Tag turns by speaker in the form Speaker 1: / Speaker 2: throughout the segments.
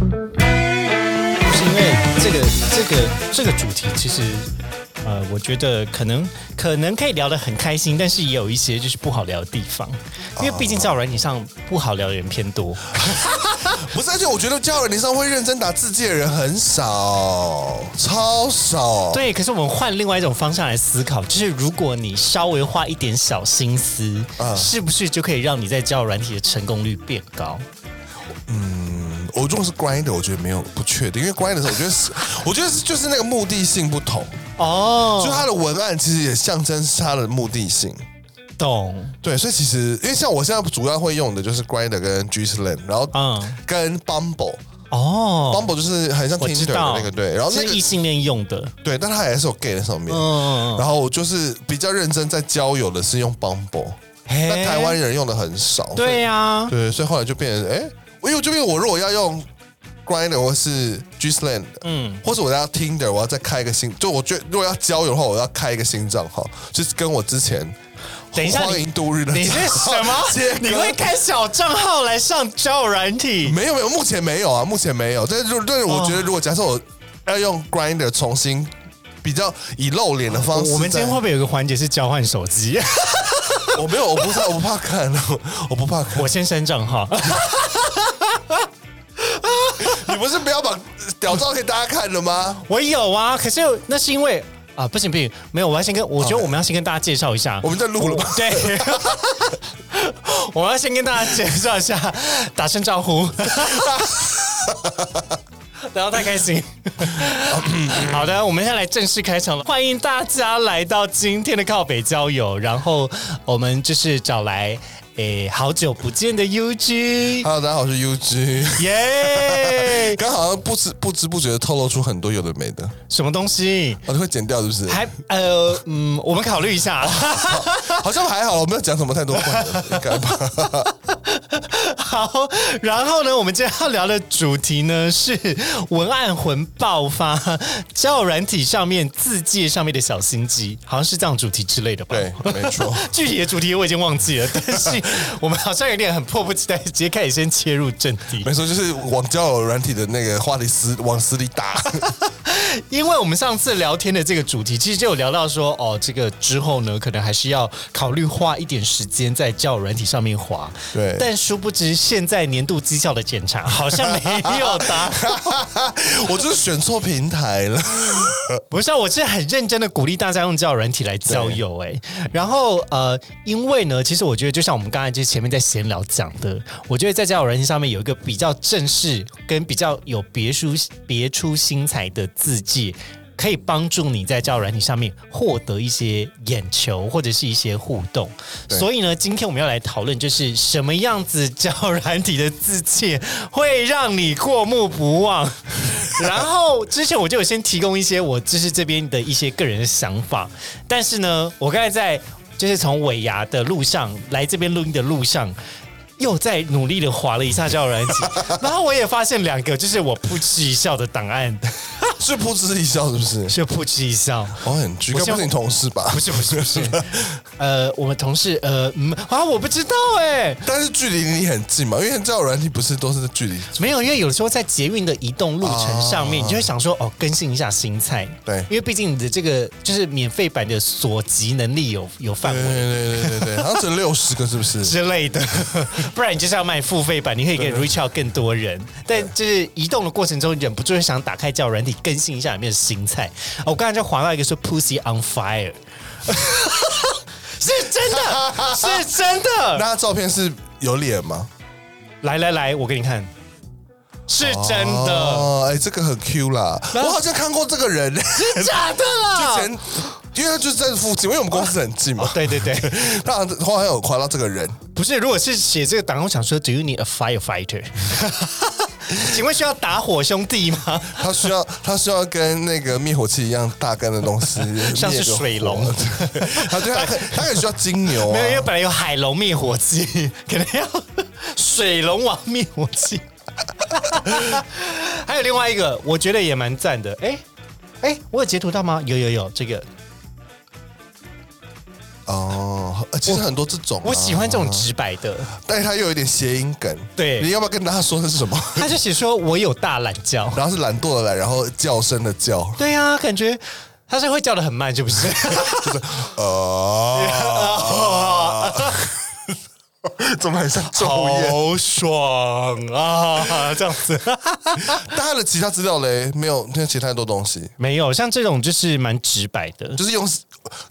Speaker 1: 就是因为这个这个这个主题，其实呃，我觉得可能可能可以聊得很开心，但是也有一些就是不好聊的地方，因为毕竟在软体上不好聊的人偏多。
Speaker 2: 哦不是，而且我觉得交友软件上会认真打字界的人很少，超少。
Speaker 1: 对，可是我们换另外一种方向来思考，就是如果你稍微花一点小心思，
Speaker 2: 嗯
Speaker 1: 是不是就可以让你在交友软体的成功率变高？
Speaker 2: 我如果是 Grinder，我觉得没有不确定，因为 Grinder 我觉得是， 我觉得是就是那个目的性不同，
Speaker 1: 哦
Speaker 2: 就，它的文案其实也象征是它的目的性。
Speaker 1: 懂，
Speaker 2: 对，所以其实因为像我现在主要会用的就是 Grinder 跟 g s l a n 然后
Speaker 1: 嗯
Speaker 2: 跟 Bumble，Bumble、
Speaker 1: 哦，
Speaker 2: Bumble 就是很像
Speaker 1: 我知
Speaker 2: Tinder 的
Speaker 1: 道
Speaker 2: 那个对，然后那
Speaker 1: 是
Speaker 2: 个
Speaker 1: 异性恋用的，
Speaker 2: 对，但它也是有 gay 在上面。
Speaker 1: 嗯，
Speaker 2: 然后我就是比较认真在交友的是用 Bumble，但
Speaker 1: 那
Speaker 2: 台湾人用的很少。所以
Speaker 1: 对呀、啊
Speaker 2: 对，所以后来就变成，哎、我因为就变成我如果要用 Grinder 或是 g s l a n
Speaker 1: 嗯，
Speaker 2: 或是我要 Tinder，我要再开一个新，就我觉得如果要交友的话，我要开一个新账号，就是跟我之前
Speaker 1: 等一下
Speaker 2: 欢
Speaker 1: 你
Speaker 2: 迎度日的
Speaker 1: 你
Speaker 2: 账
Speaker 1: 是
Speaker 2: 号
Speaker 1: 什么
Speaker 2: 切？
Speaker 1: 你
Speaker 2: 割
Speaker 1: 会开小账号来上交友软体？
Speaker 2: 没有没有，目前没有啊，目前没有。但是如但是我觉得，如果假设我要用 Grinder 重新比较以露脸的方式在，
Speaker 1: 我们今天会不会有个环节是交换手机？
Speaker 2: 我没有，我不怕，我不怕看， 我我不怕看。
Speaker 1: 我先删账号，
Speaker 2: 你不是不要把屌照给大家看了吗？
Speaker 1: 我有啊，可是那是因为啊，不行不行，没有，我要先跟，我觉得我们要先跟大家介绍一下，
Speaker 2: 哦我们在录了吗？
Speaker 1: 对，我要先跟大家介绍一下，打声招 呼，然后太开 心。好的，我们现在来正式开场了，欢迎大家来到今天的靠北交友，然后我们就是找来诶好久不见的 UG，
Speaker 2: Hello，大家好，我是 UG。
Speaker 1: 耶，
Speaker 2: 刚好像不知不知不觉地透露出很多有的没的，
Speaker 1: 什么东西？
Speaker 2: 我、就会剪掉，是不是？
Speaker 1: 还呃嗯，我们考虑一下。
Speaker 2: 好像还好，我没有讲什么太多话，应该吧？
Speaker 1: 好，然后呢，我们今天要聊的主题呢是文案魂爆发，交友软体上面字界上面的小心机，好像是这样主题之类的吧？
Speaker 2: 对，没错。
Speaker 1: 具体的主题我已经忘记了，但是我们好像有点很迫不及待，直接开始先切入正题，
Speaker 2: 没错，就是往交友软体的那个话题撕往死里打，
Speaker 1: 因为我们上次聊天的这个主题，其实就有聊到说，哦，这个之后呢，可能还是要考虑花一点时间在交友软体上面滑。
Speaker 2: 对
Speaker 1: 但殊不知现在年度绩效的检查好像没有答案。
Speaker 2: 我就是选错平台了。
Speaker 1: 不是、啊，我是很认真的鼓励大家用交友软体来交友哎、然后呃，因为呢，其实我觉得就像我们刚才就前面在闲聊讲的，我觉得在交友软体上面有一个比较正式跟比较有别出别出心裁的字迹。可以帮助你在交友软体上面获得一些眼球或者是一些互动，
Speaker 2: 对
Speaker 1: 所以呢，今天我们要来讨论就是什么样子交友软体的字迹会让你过目不忘。 然后之前我就有先提供一些我就是这边的一些个人的想法，但是呢，我刚才在就是从尾牙的路上来这边录音的路上。又在努力的划了一下交友软体，然后我也发现两个就是我噗嗤一笑的档案，
Speaker 2: 是噗嗤一 笑，是不是？
Speaker 1: 是噗嗤一笑，
Speaker 2: 我很巨，
Speaker 1: 我
Speaker 2: 该
Speaker 1: 希
Speaker 2: 不
Speaker 1: 望
Speaker 2: 是你同事吧
Speaker 1: 不？是不是不是，呃，我们同事呃嗯啊我不知道哎、
Speaker 2: 但是距离你很近嘛，因为交友软体不是都是距离
Speaker 1: 没有，因为有时候在捷运的移动路程上面，你就会想说，哦，更新一下新菜。
Speaker 2: 对
Speaker 1: 因为毕竟你的这个就是免费版的所及能力有有范
Speaker 2: 对
Speaker 1: 围。
Speaker 2: 对对对对，好像只有六十个，是不是？
Speaker 1: 嗯之类的， 不然你就是要卖付费版，你可以给 reach out 更多人。但就是移动的过程中，忍不住会想打开叫软体更新一下里面的新菜。哦我刚才就划到一个说 “pussy on fire”，是真 的，是真的
Speaker 2: 那。他照片是有脸吗？
Speaker 1: 来来来，我给你看，是真的，
Speaker 2: 哦，哎，这个很 Q 啦，
Speaker 1: 然后
Speaker 2: 我好像看过这个人，之
Speaker 1: 是假的啦。
Speaker 2: 前因为他就是在附近，因为我们公司很近嘛。
Speaker 1: 对对对，
Speaker 2: 他好像后来有夸到这个人，
Speaker 1: 不是，如果是写这个档案，我想说，Do you need a firefighter？请问需要打火兄弟吗？
Speaker 2: 他需要他需要跟那个灭火器一样大根的东西，
Speaker 1: 像是
Speaker 2: 灭个火
Speaker 1: 水龙
Speaker 2: 对他对他他很需要金牛啊
Speaker 1: 没有，因为本来有海龙灭火器，可能要水龙王灭火器。还有另外一个，我觉得也蛮赞的。哎、哎、我有截图到吗？有有有，这个
Speaker 2: 哦，呃其实很多这种啊、
Speaker 1: 我喜欢这种直白的。
Speaker 2: 但是它又有一点谐音梗。
Speaker 1: 对
Speaker 2: 你要不要跟大家说的是什么？
Speaker 1: 他就写说我有大懒觉。
Speaker 2: 然后是懒惰的懒，然后叫声的叫，
Speaker 1: 对呀、感觉他是会叫的很慢，是不是？
Speaker 2: 呃，怎么很像昼夜？
Speaker 1: 好爽啊！这样子
Speaker 2: 但他的其他资料嘞，没有没有写太多东西，
Speaker 1: 没有像这种就是蛮直白的，
Speaker 2: 就是用。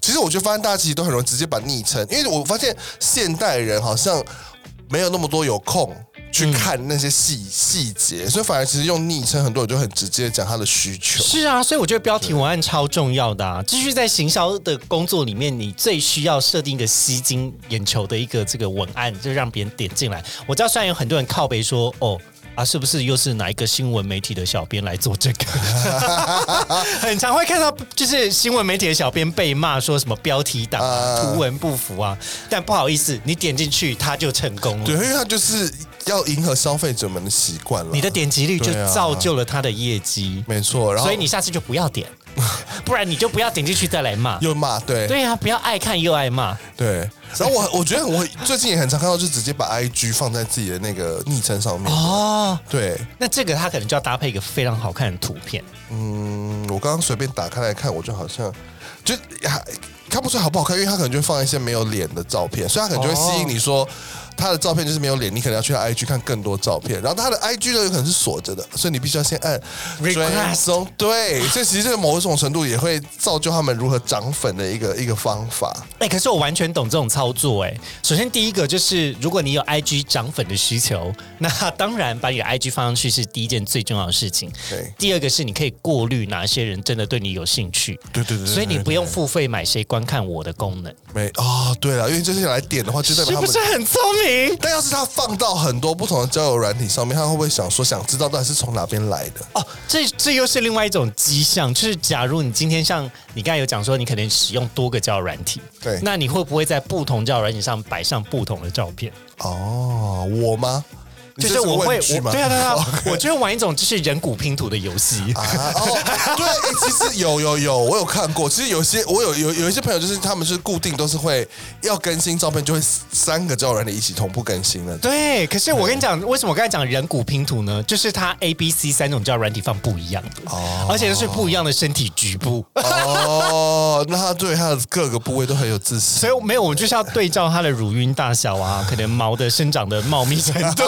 Speaker 2: 其实我就发现大家其实都很容易直接把昵称，因为我发现现代人好像没有那么多有空
Speaker 1: 嗯
Speaker 2: 去看那些细细节，所以反而其实用昵称，很多人就很直接讲他的需求。
Speaker 1: 是啊，所以我觉得标题文案超重要的啊。继续在行销的工作里面，你最需要设定一个吸睛眼球的一个这个文案，就让别人点进来。我知道虽然有很多人靠背说哦。啊，是不是又是哪一个新闻媒体的小编来做这个？ 很常会看到，就是新闻媒体的小编被骂说什么标题党、啊、
Speaker 2: 啊
Speaker 1: 图文不符啊。但不好意思，你点进去他就成功了。
Speaker 2: 对，因为他就是要迎合消费者们的习惯了。
Speaker 1: 你的点击率就
Speaker 2: 对啊
Speaker 1: 造就了他的业绩，
Speaker 2: 没错，然后
Speaker 1: 所以你下次就不要点， 不然你就不要点进去再来骂。
Speaker 2: 又骂对
Speaker 1: 对啊呀、不要爱看又爱骂，
Speaker 2: 对，然后我我觉得我最近也很常看到，就直接把 I G 放在自己的那个昵称上面。
Speaker 1: 哦。
Speaker 2: 对，
Speaker 1: 那这个他可能就要搭配一个非常好看的图片，
Speaker 2: 嗯，我刚刚随便打开来看，我就好像就还看不出来好不好看，因为他可能就会放一些没有脸的照片，所以他可能就会吸
Speaker 1: 哦
Speaker 2: 引你说、他的照片就是没有脸，你可能要去他 I G 看更多照片，然后他的 I G 呢有可能是锁着的，所以你必须要先按
Speaker 1: Request
Speaker 2: 追踪。对，所以其实这个某一种程度也会造就他们如何涨粉的一个一个方法。
Speaker 1: 哎、可是我完全懂这种操作哎、首先第一个就是，如果你有 IG 涨粉的需求，那当然把你的 IG 放上去是第一件最重要的事情。
Speaker 2: 对
Speaker 1: 第二个是你可以过滤哪些人真的对你有兴趣，
Speaker 2: 对对对对
Speaker 1: 所以你
Speaker 2: 对
Speaker 1: 不用
Speaker 2: 对
Speaker 1: 付费买谁观看我的功能，
Speaker 2: 没哦，对了，因为这些来点的话，就代
Speaker 1: 是
Speaker 2: 表他
Speaker 1: 不
Speaker 2: 们
Speaker 1: 是很聪明？
Speaker 2: 但要是他放到很多不同的交友软体上面，他会不会想说想知道到底是从哪边来的？
Speaker 1: 哦，这这又是另外一种迹象，就是假如你今天像你刚才有讲说，你可能使用多个交友软体，
Speaker 2: 对
Speaker 1: 那你会不会在不同交友软体上摆上不同的照片？
Speaker 2: 哦，我吗？你
Speaker 1: 就
Speaker 2: 这
Speaker 1: 是我
Speaker 2: 个
Speaker 1: 会，
Speaker 2: 问句
Speaker 1: 我
Speaker 2: 吗
Speaker 1: 对啊对 啊，我就会玩一种就是人骨拼图的游戏。
Speaker 2: 啊哦， 对，欸其实有有有，我有看过。其实有些我有有有一些朋友，就是他们是固定都是会要更新照片，就会三个交友软体一起同步更新的。
Speaker 1: 对，可是我跟你讲，为什么我刚才讲人骨拼图呢？就是它 A、B、C 三种交友软体放不一样的，
Speaker 2: 哦
Speaker 1: 而且都是不一样的身体局部，
Speaker 2: 哦，那他对他的各个部位都很有自信
Speaker 1: 所。以没有，我们就是要对照它的乳晕大小啊，可能毛的生长的茂密程度。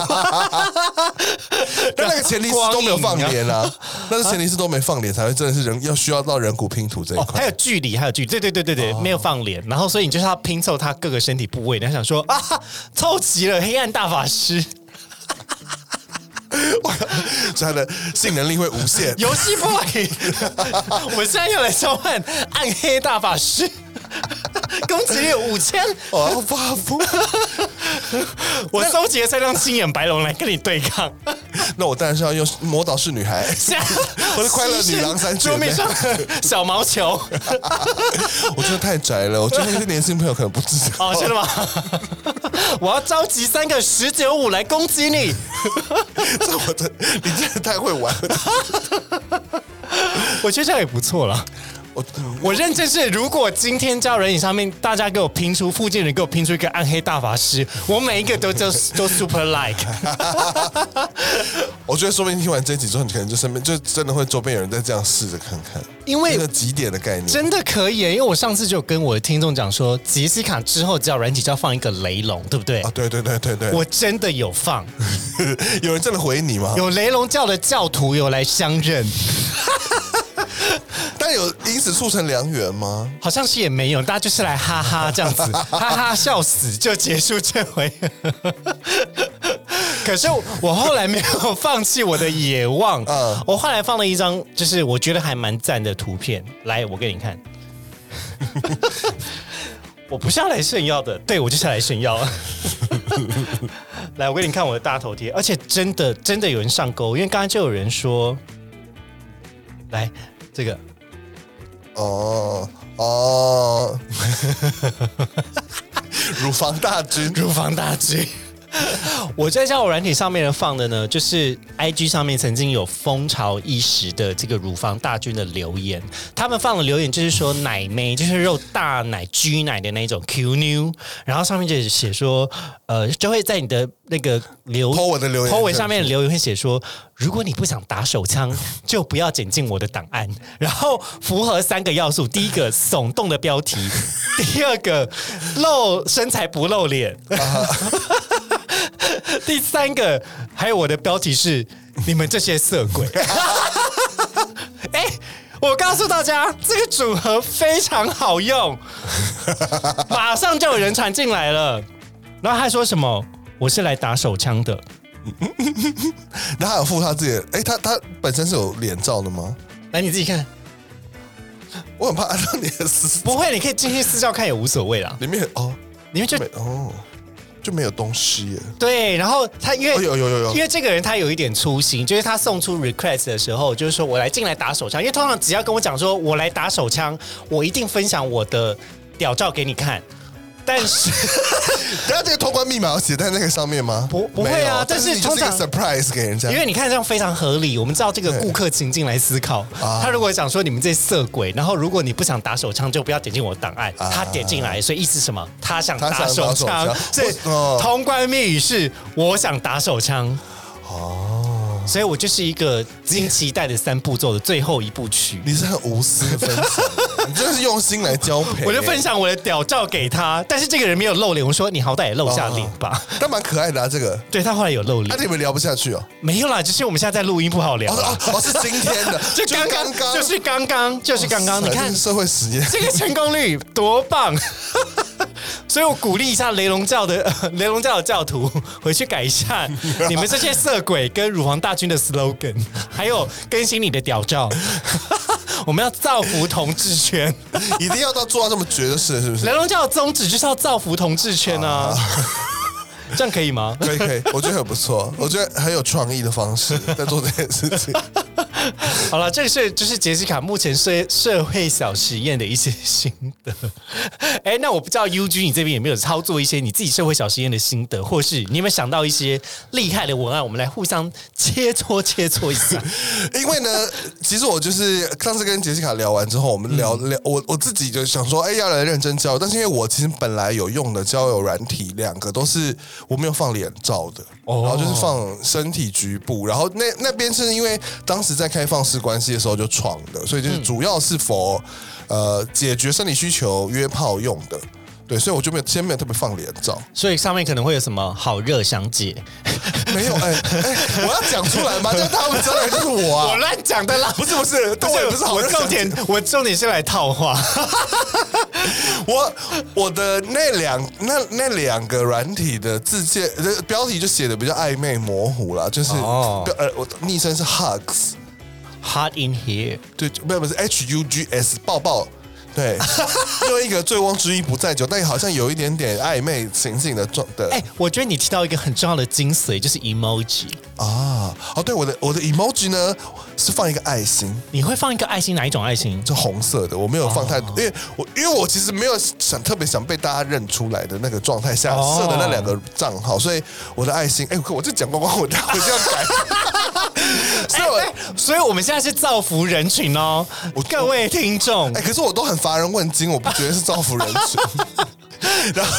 Speaker 2: 但那个前提是都没有放脸啊，那个前提是都没放脸，才会真的是人要需要到人骨拼图这一
Speaker 1: 哦，
Speaker 2: 块。
Speaker 1: 还有距离，还有距离，对对对对对，没有放脸，然后所以你就是要拼凑他各个身体部位，你要想说啊，凑齐了黑暗大法师，
Speaker 2: 所以他的性能力会无限。
Speaker 1: 游戏 boy，我们现在要来召唤暗黑大法师，攻击力五千，
Speaker 2: 我要发疯！
Speaker 1: 我收集了三张青眼白龙来跟你对抗，
Speaker 2: 那我当然是要用魔导士女孩，
Speaker 1: 我
Speaker 2: 我是快乐女郎三姐
Speaker 1: 桌
Speaker 2: 妹
Speaker 1: 面上的小毛球，
Speaker 2: 我真的太宅了，我觉得那些年轻朋友可能不知道。
Speaker 1: 哦，真的吗？ 我要召集三个十九五来攻击你。
Speaker 2: 这 我真，你真的太会玩了。
Speaker 1: 我觉得这样也不错啦。
Speaker 2: 我
Speaker 1: 我认真是，如果今天交友软体上面大家给我拼出附近人给我拼出一个暗黑大法师，我每一个都 都都 super like。
Speaker 2: 我觉得说不定听完这一集之后，你可能就身边就真的会周边有人在这样试着看看，
Speaker 1: 因为
Speaker 2: 那个极点的概念。
Speaker 1: 真的可以耶，因为我上次就有跟我的听众讲说，杰西卡之后交友软体就要放一个雷龙，对不对
Speaker 2: 啊，？对对对对对，
Speaker 1: 我真的有放，
Speaker 2: 有人真的回你吗？
Speaker 1: 有雷龙教的教徒有来相认，
Speaker 2: 但有因此促成良缘吗？
Speaker 1: 好像是也没有，大家就是来哈哈这样子，哈哈笑死就结束这回。可是我后来没有放弃我的野望，
Speaker 2: 嗯
Speaker 1: 我后来放了一张，就是我觉得还蛮赞的图片，来，我给你看。 我不是要来炫耀的，对我就是要来炫耀。 来，我给你看我的大头贴，而且真的真的有人上钩，因为刚刚就有人说，来这个
Speaker 2: 哦 哦，乳房大军，
Speaker 1: 乳房大军。 我在交友软体上面放的呢，就是 IG 上面曾经有风潮一时的这个乳房大军的留言，他们放的留言就是说奶妹，就是肉大奶、居奶的那种 Q 妞，然后上面就写说，呃，就会在你的那个留
Speaker 2: po 文的留言
Speaker 1: po 文上面的留言会写说，如果你不想打手枪， 就不要剪进我的档案。然后符合三个要素：第一个耸动的标题， 第二个露身材不露脸， 第三个还有我的标题是你们这些色鬼。 哎、我告诉大家，这个组合非常好用，马上就有人传进来了。然后还说什么？我是来打手枪的。
Speaker 2: 然后他有附他自己的，哎、他他本身是有脸照的吗？
Speaker 1: 来，你自己看，
Speaker 2: 我很怕按照你的私，
Speaker 1: 不会，你可以进去私照看也无所谓啦。
Speaker 2: 里面哦
Speaker 1: 你们就
Speaker 2: 没哦就没有东西耶，
Speaker 1: 对，然后他因为、
Speaker 2: 哦有有有
Speaker 1: 因
Speaker 2: 有，
Speaker 1: 为这个人他有一点粗心，就是他送出 request 的时候，就是说我来进来打手枪，因为通常只要跟我讲说我来打手枪，我一定分享我的屌照给你看。但是
Speaker 2: 然后这个通关密码要写在那个上面吗？
Speaker 1: 不不会啊
Speaker 2: 没有
Speaker 1: 但
Speaker 2: 但
Speaker 1: 是
Speaker 2: 你就是一个
Speaker 1: 通常
Speaker 2: surprise 给 人家
Speaker 1: 因，为你看这样非常合理，我们知道这个顾客情境来思考。
Speaker 2: 啊
Speaker 1: 他如果想说你们这些色鬼，然后如果你不想打手枪，就不要点进我的档案。
Speaker 2: 啊
Speaker 1: 他点进来，所以意思是什么？他想
Speaker 2: 他想
Speaker 1: 打手
Speaker 2: 打手
Speaker 1: 枪
Speaker 2: 枪，
Speaker 1: 所以
Speaker 2: 我哦
Speaker 1: 通关密语是我想打手枪。哦，所以我就是一个惊期待的三步骤的最后一部 曲。
Speaker 2: 你是很无私的分享，你真的是用心来交配，
Speaker 1: 我就分享我的屌照给他，但是这个人没有露脸。我说你好歹也露下脸 吧。
Speaker 2: 但蛮可爱的啊，这个。
Speaker 1: 对他后来有露
Speaker 2: 那、
Speaker 1: 脸，
Speaker 2: 你们聊不下去哦？
Speaker 1: 没有啦，就是我们现在在录音不好聊
Speaker 2: 哦
Speaker 1: 啦。
Speaker 2: 哦哦，是今天的，
Speaker 1: 就刚
Speaker 2: 刚
Speaker 1: 刚就是刚刚就是刚刚，你
Speaker 2: 哎
Speaker 1: 看
Speaker 2: 这是社会实 验，
Speaker 1: 这个成功率多棒！ 所以我鼓励一下雷龙教的、 呃雷龙教的教徒，回去改一下你们这些色鬼跟乳房大军的 slogan，还有更新你的屌照。 我们要造福同志圈，
Speaker 2: 一定要到做到这么绝的事，是不是？
Speaker 1: 雷龙教的宗旨就是要造福同志圈啊，这样可以吗？
Speaker 2: 可以可以，我觉得很不错，我觉得很有创意的方式在做这件事情。
Speaker 1: 好了，这个是就是杰西卡目前社社会小实验的一些心得。哎，那我不知道 U G 你这边有没有操作一些你自己社会小实验的心得，或是你有没有想到一些厉害的文案，我们来互相切磋切磋一 下。
Speaker 2: 因为呢，其实我就是上次跟杰西卡聊完之后，我们聊聊、我我自己就想说，哎、要来认真交友，但是因为我其实本来有用的交友软体两个都是我没有放脸照的，
Speaker 1: 哦
Speaker 2: 然后就是放身体局部，然后那那边是因为当时在开放式关系的时候就创的，所以就是主要是否、呃解决生理需求约炮用的。对，所以我就没有先没有特别放脸照，
Speaker 1: 所以上面可能会有什么好热想姐，
Speaker 2: 没有哎、哎 我要讲出来嘛，就他们知道的就是我啊，
Speaker 1: 乱讲的啦。
Speaker 2: 不是不是，但我也不是好
Speaker 1: 我
Speaker 2: 热
Speaker 1: 重
Speaker 2: 想
Speaker 1: 点，我重点是来套话。
Speaker 2: 我我的那两那那两个软体的字界呃标题就写的比较暧昧模糊啦，就是、
Speaker 1: 哦
Speaker 2: 呃我昵称是 hugs，
Speaker 1: Hot in here，
Speaker 2: 对，没有不是 H U G S 抱抱。 对，用一个醉翁之意不在酒，但也好像有一点点暧昧情境的状的、
Speaker 1: 哎、我觉得你提到一个很重要的精髓，就是 emoji。
Speaker 2: 啊，哦，对，我的我的 emoji 呢是放一个爱心，
Speaker 1: 你会放一个爱心，哪一种爱心？
Speaker 2: 是红色的，我没有放
Speaker 1: 哦
Speaker 2: 太多，因为我因为我其实没有想特别想被大家认出来的那个状态下
Speaker 1: 哦
Speaker 2: 设的那两个账号，所以我的爱心，哎、我就讲光光，我待会就要改，所以我。
Speaker 1: 哎 所以我们现在是造福人群哦，各位听众
Speaker 2: 哎、。可是我都很乏人问津，我不觉得是造福人群。 然后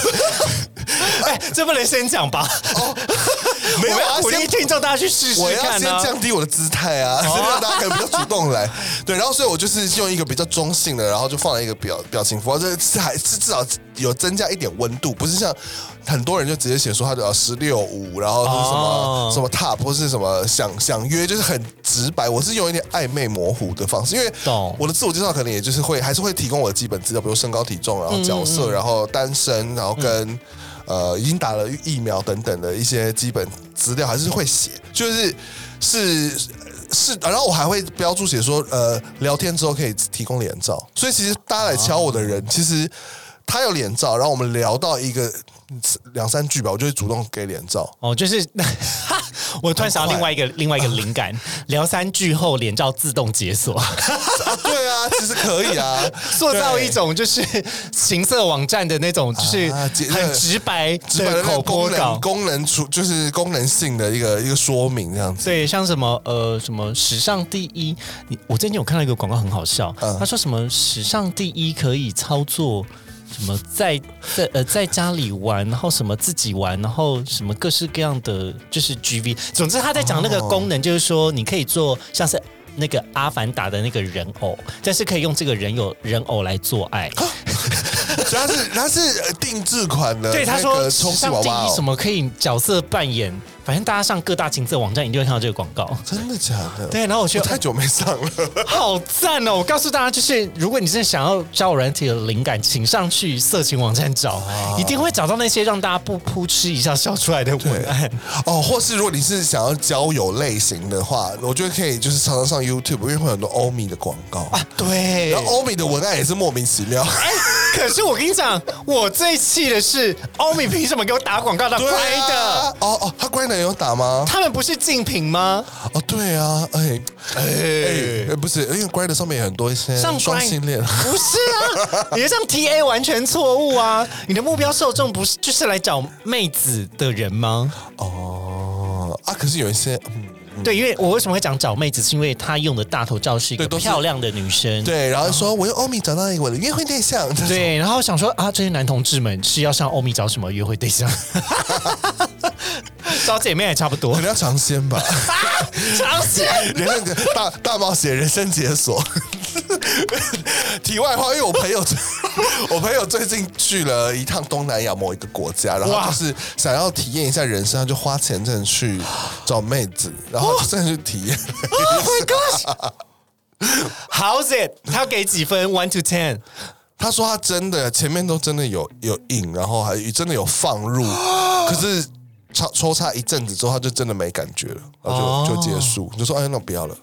Speaker 1: 哎，这不能先讲吧？
Speaker 2: 没有，
Speaker 1: 我
Speaker 2: 我
Speaker 1: 要
Speaker 2: 要
Speaker 1: 鼓
Speaker 2: 先
Speaker 1: 励听众大家去试试
Speaker 2: 我要
Speaker 1: 看啊哦
Speaker 2: 先
Speaker 1: 呢、
Speaker 2: 降低我的姿态 啊，所以让大家可以比较主动来。对，然后所以我就是用一个比较中性的，然后就放了一个表表情符号，这是还是至少有增加一点温度，不是像很多人就直接写说他的呃十六五，然后是什么、
Speaker 1: 哦
Speaker 2: 什么 top 或是什么想想约，就是很直白。我是用一点暧昧模糊的方式，因为
Speaker 1: 懂
Speaker 2: 我的自我介绍可能也就是会还是会提供我的基本资料，比如身高体重，然后角色，然后单身，然后跟。呃，已经打了疫苗等等的一些基本资料，还是会写，就是是是，然后我还会标注写说，呃，聊天之后可以提供脸照，所以其实大家来敲我的人，其实他有脸照，然后我们聊到一个两三句吧，我就会主动给脸照。
Speaker 1: 哦，就是 我突然想到另外一个另外一个灵 感，聊三句后脸照自动解锁，
Speaker 2: 啊对啊，其实可以 啊，
Speaker 1: 塑造
Speaker 2: 对
Speaker 1: 一种就是情色网站的那种，就是
Speaker 2: 啊解
Speaker 1: 很直白
Speaker 2: 直白的
Speaker 1: 的
Speaker 2: 那个
Speaker 1: 口
Speaker 2: 功
Speaker 1: 播
Speaker 2: 能
Speaker 1: 稿。
Speaker 2: 功能出就是功能性的一个一个说明这样子。
Speaker 1: 对，像什么呃什么史上第一，你我最近有看到一个广告很好笑，
Speaker 2: 嗯
Speaker 1: 他说什么史上第一可以操作。什么在在呃在家里玩，然后什么自己玩，然后什么各式各样的就是 GV，总之他在讲那个功能，就是说你可以做像是那个阿凡达的那个人偶，但是可以用这个人偶人偶来做爱。
Speaker 2: 所以它是它是呃定制款的，
Speaker 1: 对，他说史
Speaker 2: 充气
Speaker 1: 上
Speaker 2: 娃
Speaker 1: 第
Speaker 2: 娃、
Speaker 1: 一什
Speaker 2: 哦，
Speaker 1: 么可以角色扮演，反正大家上各大情色网站一定会看到这个广告。
Speaker 2: 真的假的？
Speaker 1: 对，然后我觉
Speaker 2: 我
Speaker 1: 得
Speaker 2: 太久没上了，
Speaker 1: 好赞哦！我告诉大家，就是如果你真的想要交友软体的灵感，请上去色情网站找，一定会找到那些让大家不扑哧一下笑出来的文案。
Speaker 2: 哦，或是如果你是想要交友类型的话，我觉得可以就是常常上 YouTube，因为会有很多欧米的广告，
Speaker 1: 啊对
Speaker 2: 然后欧米的文案也是莫名其 妙。
Speaker 1: 哎，可是我跟你讲，我最气的是欧米凭什么给我打广告？他
Speaker 2: 对
Speaker 1: 乖
Speaker 2: 啊
Speaker 1: 的，
Speaker 2: 哦哦，他乖的有打 吗？
Speaker 1: 他们不是竞品吗？
Speaker 2: 哦，对啊，哎哎
Speaker 1: 哎
Speaker 2: 哎，不是，因为乖的上面有很多一些
Speaker 1: 上
Speaker 2: 双
Speaker 1: Grindr-
Speaker 2: 性恋，
Speaker 1: 不是 啊，你的这样 T A 完全错误啊！你的目标受众不是就是来找妹子的人吗？
Speaker 2: 哦啊，可是有一些，嗯，
Speaker 1: 对，因为我为什么会讲找妹子，是因为她用的大头照是一
Speaker 2: 对
Speaker 1: 个
Speaker 2: 都是
Speaker 1: 漂亮的女生，
Speaker 2: 对，然后说我用欧米找到一个我的约会对象，这 种
Speaker 1: 对，然后想说啊，这些男同志们是要上欧米找什么约会对象？ 找姐妹也差不多
Speaker 2: 可。能要尝鲜吧。
Speaker 1: 长线
Speaker 2: 人生解大大冒险，人生解锁。 题外话，因为我朋友最， 我朋友最近去了一趟东南亚某一个国家，然后
Speaker 1: 哇
Speaker 2: 就是想要体验一下人生，他就花钱真的去找妹子，然后就真的去体验。
Speaker 1: ，Oh my gosh！How's it？他要给几分？One to ten。
Speaker 2: 他说他真的前面都真的有有瘾，然后还真的有放入，可是抽抽插一阵子之后，他就真的没感觉了，然后就、就结束，就说哎，那不要了。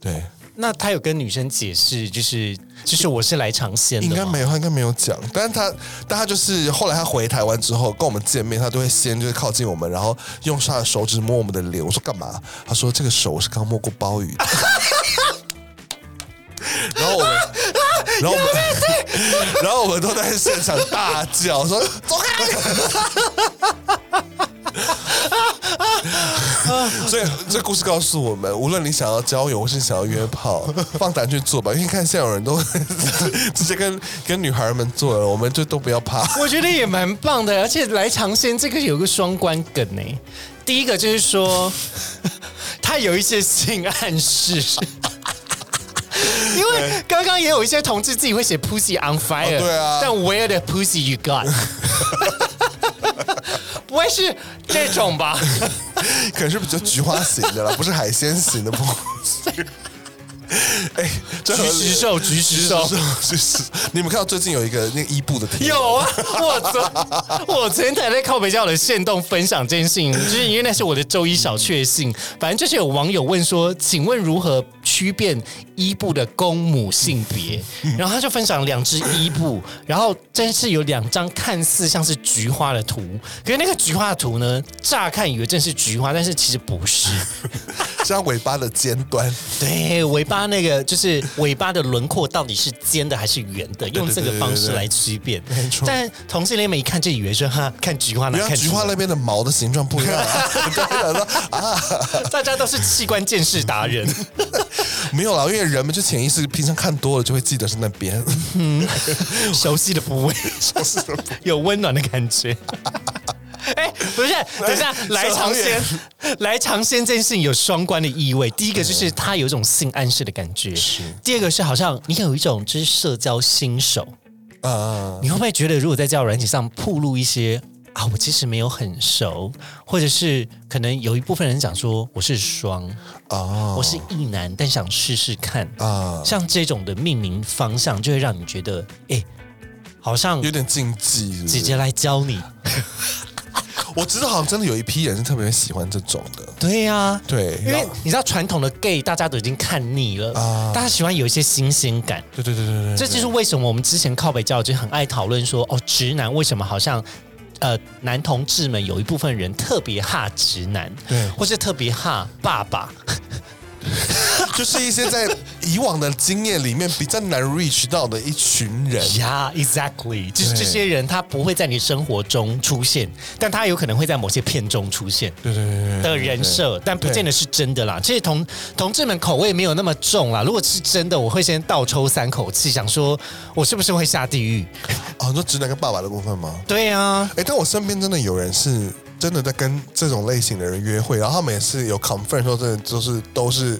Speaker 2: 对，
Speaker 1: 那他有跟女生解释，就是就是我是来尝鲜的
Speaker 2: 应
Speaker 1: 吗，
Speaker 2: 该没有，他应该没有讲。但是他，但他就是后来他回台湾之后跟我们见面，他都会先就是靠近我们，然后用他的手指摸我们的脸。我说干嘛？他说这个手我是刚摸过鲍鱼的。 然后我们，然后我们， 然后我们都在现场大叫说走开。所以这故事告诉我们，无论你想要交友或是想要约炮，放胆去做吧。因为看现在有人都直接跟跟女孩们做了，我们就都不要怕。
Speaker 1: 我觉得也蛮棒的，而且来尝鲜这个有个双关梗呢、第一个就是 说，他有一些性暗示，因为刚刚也有一些同志自己会写 pussy on fire，、
Speaker 2: 哦对啊
Speaker 1: 但 where the pussy you got？不会是这种吧？
Speaker 2: 可能是比较菊花型的啦，不是海鲜型的不。哎，这合理
Speaker 1: 菊石兽菊石兽
Speaker 2: 菊菊石兽你们看到最近有一个那个伊布的题目
Speaker 1: 有啊，我昨我昨天才在靠北教的线动分享这件事情，就是因为那是我的周一小确幸。反正就是有网友问说，请问如何区辨伊布的公母性别？然后他就分享两只伊布，然后真是有两张看似像是菊花的图，可是那个菊花的图呢，乍看以为真是菊花，但是其实不是。
Speaker 2: 是它尾巴的尖端，
Speaker 1: 对，尾巴那个就是尾巴的轮廓到底是尖的还是圆的，用这个方式来区辨。
Speaker 2: 错
Speaker 1: 但同性恋们一看就以为说哈，看菊花哪
Speaker 2: 原来
Speaker 1: 看
Speaker 2: 菊花那边的毛的形状不一样、啊。大家想说啊，
Speaker 1: 大家都是器官见识达人。
Speaker 2: 没有啦，因为人们就潜意识平常看多了就会记得是那边。
Speaker 1: 熟悉的部位，有温暖的感觉。哎、不是，等一下，来尝鲜，来尝鲜这件事情有双关的意味。第一个就是它有一种性暗示的感觉，第二个是好像你有一种就是社交新手，
Speaker 2: 啊，
Speaker 1: 你会不会觉得，如果在交友软体上暴露一些啊，我其实没有很熟，或者是可能有一部分人讲说我是双，
Speaker 2: 哦
Speaker 1: 我是异男，但想试试看，
Speaker 2: 啊，
Speaker 1: 像这种的命名方向，就会让你觉得，哎、好像
Speaker 2: 有点禁忌是不是
Speaker 1: 姐姐来教你。
Speaker 2: 我知道好像真的有一批人是特别喜欢这种的。
Speaker 1: 对呀、
Speaker 2: 对，
Speaker 1: 因
Speaker 2: 然
Speaker 1: 为
Speaker 2: 后
Speaker 1: 你知道传统的 gay 大家都已经看腻了，
Speaker 2: 啊
Speaker 1: 大家喜欢有一些新鲜感。
Speaker 2: 对对对对对，
Speaker 1: 这就是为什么我们之前靠北教就很爱讨论说，哦，直男为什么好像呃男同志们有一部分人特别哈直男，
Speaker 2: 对
Speaker 1: 或是特别哈爸 爸，
Speaker 2: 就是一些在以往的经验里面比较难 reach 到的一群 人。
Speaker 1: 呀、e x a c t l y 就是
Speaker 2: 对
Speaker 1: 这些人他不会在你生活中出现，但他有可能会在某些片中出现
Speaker 2: 对对对对对
Speaker 1: 的人设，但不见得是真的啦。这些同同志们口味没有那么重啦。如果是真的，我会先倒抽三口气，想说我是不是会下地狱？
Speaker 2: 哦，你说直男跟爸爸的部分吗？
Speaker 1: 对啊，
Speaker 2: 哎，但我身边真的有人是真的在跟这种类型的人约会，然后他们也是有 confirm 说，真的就是都是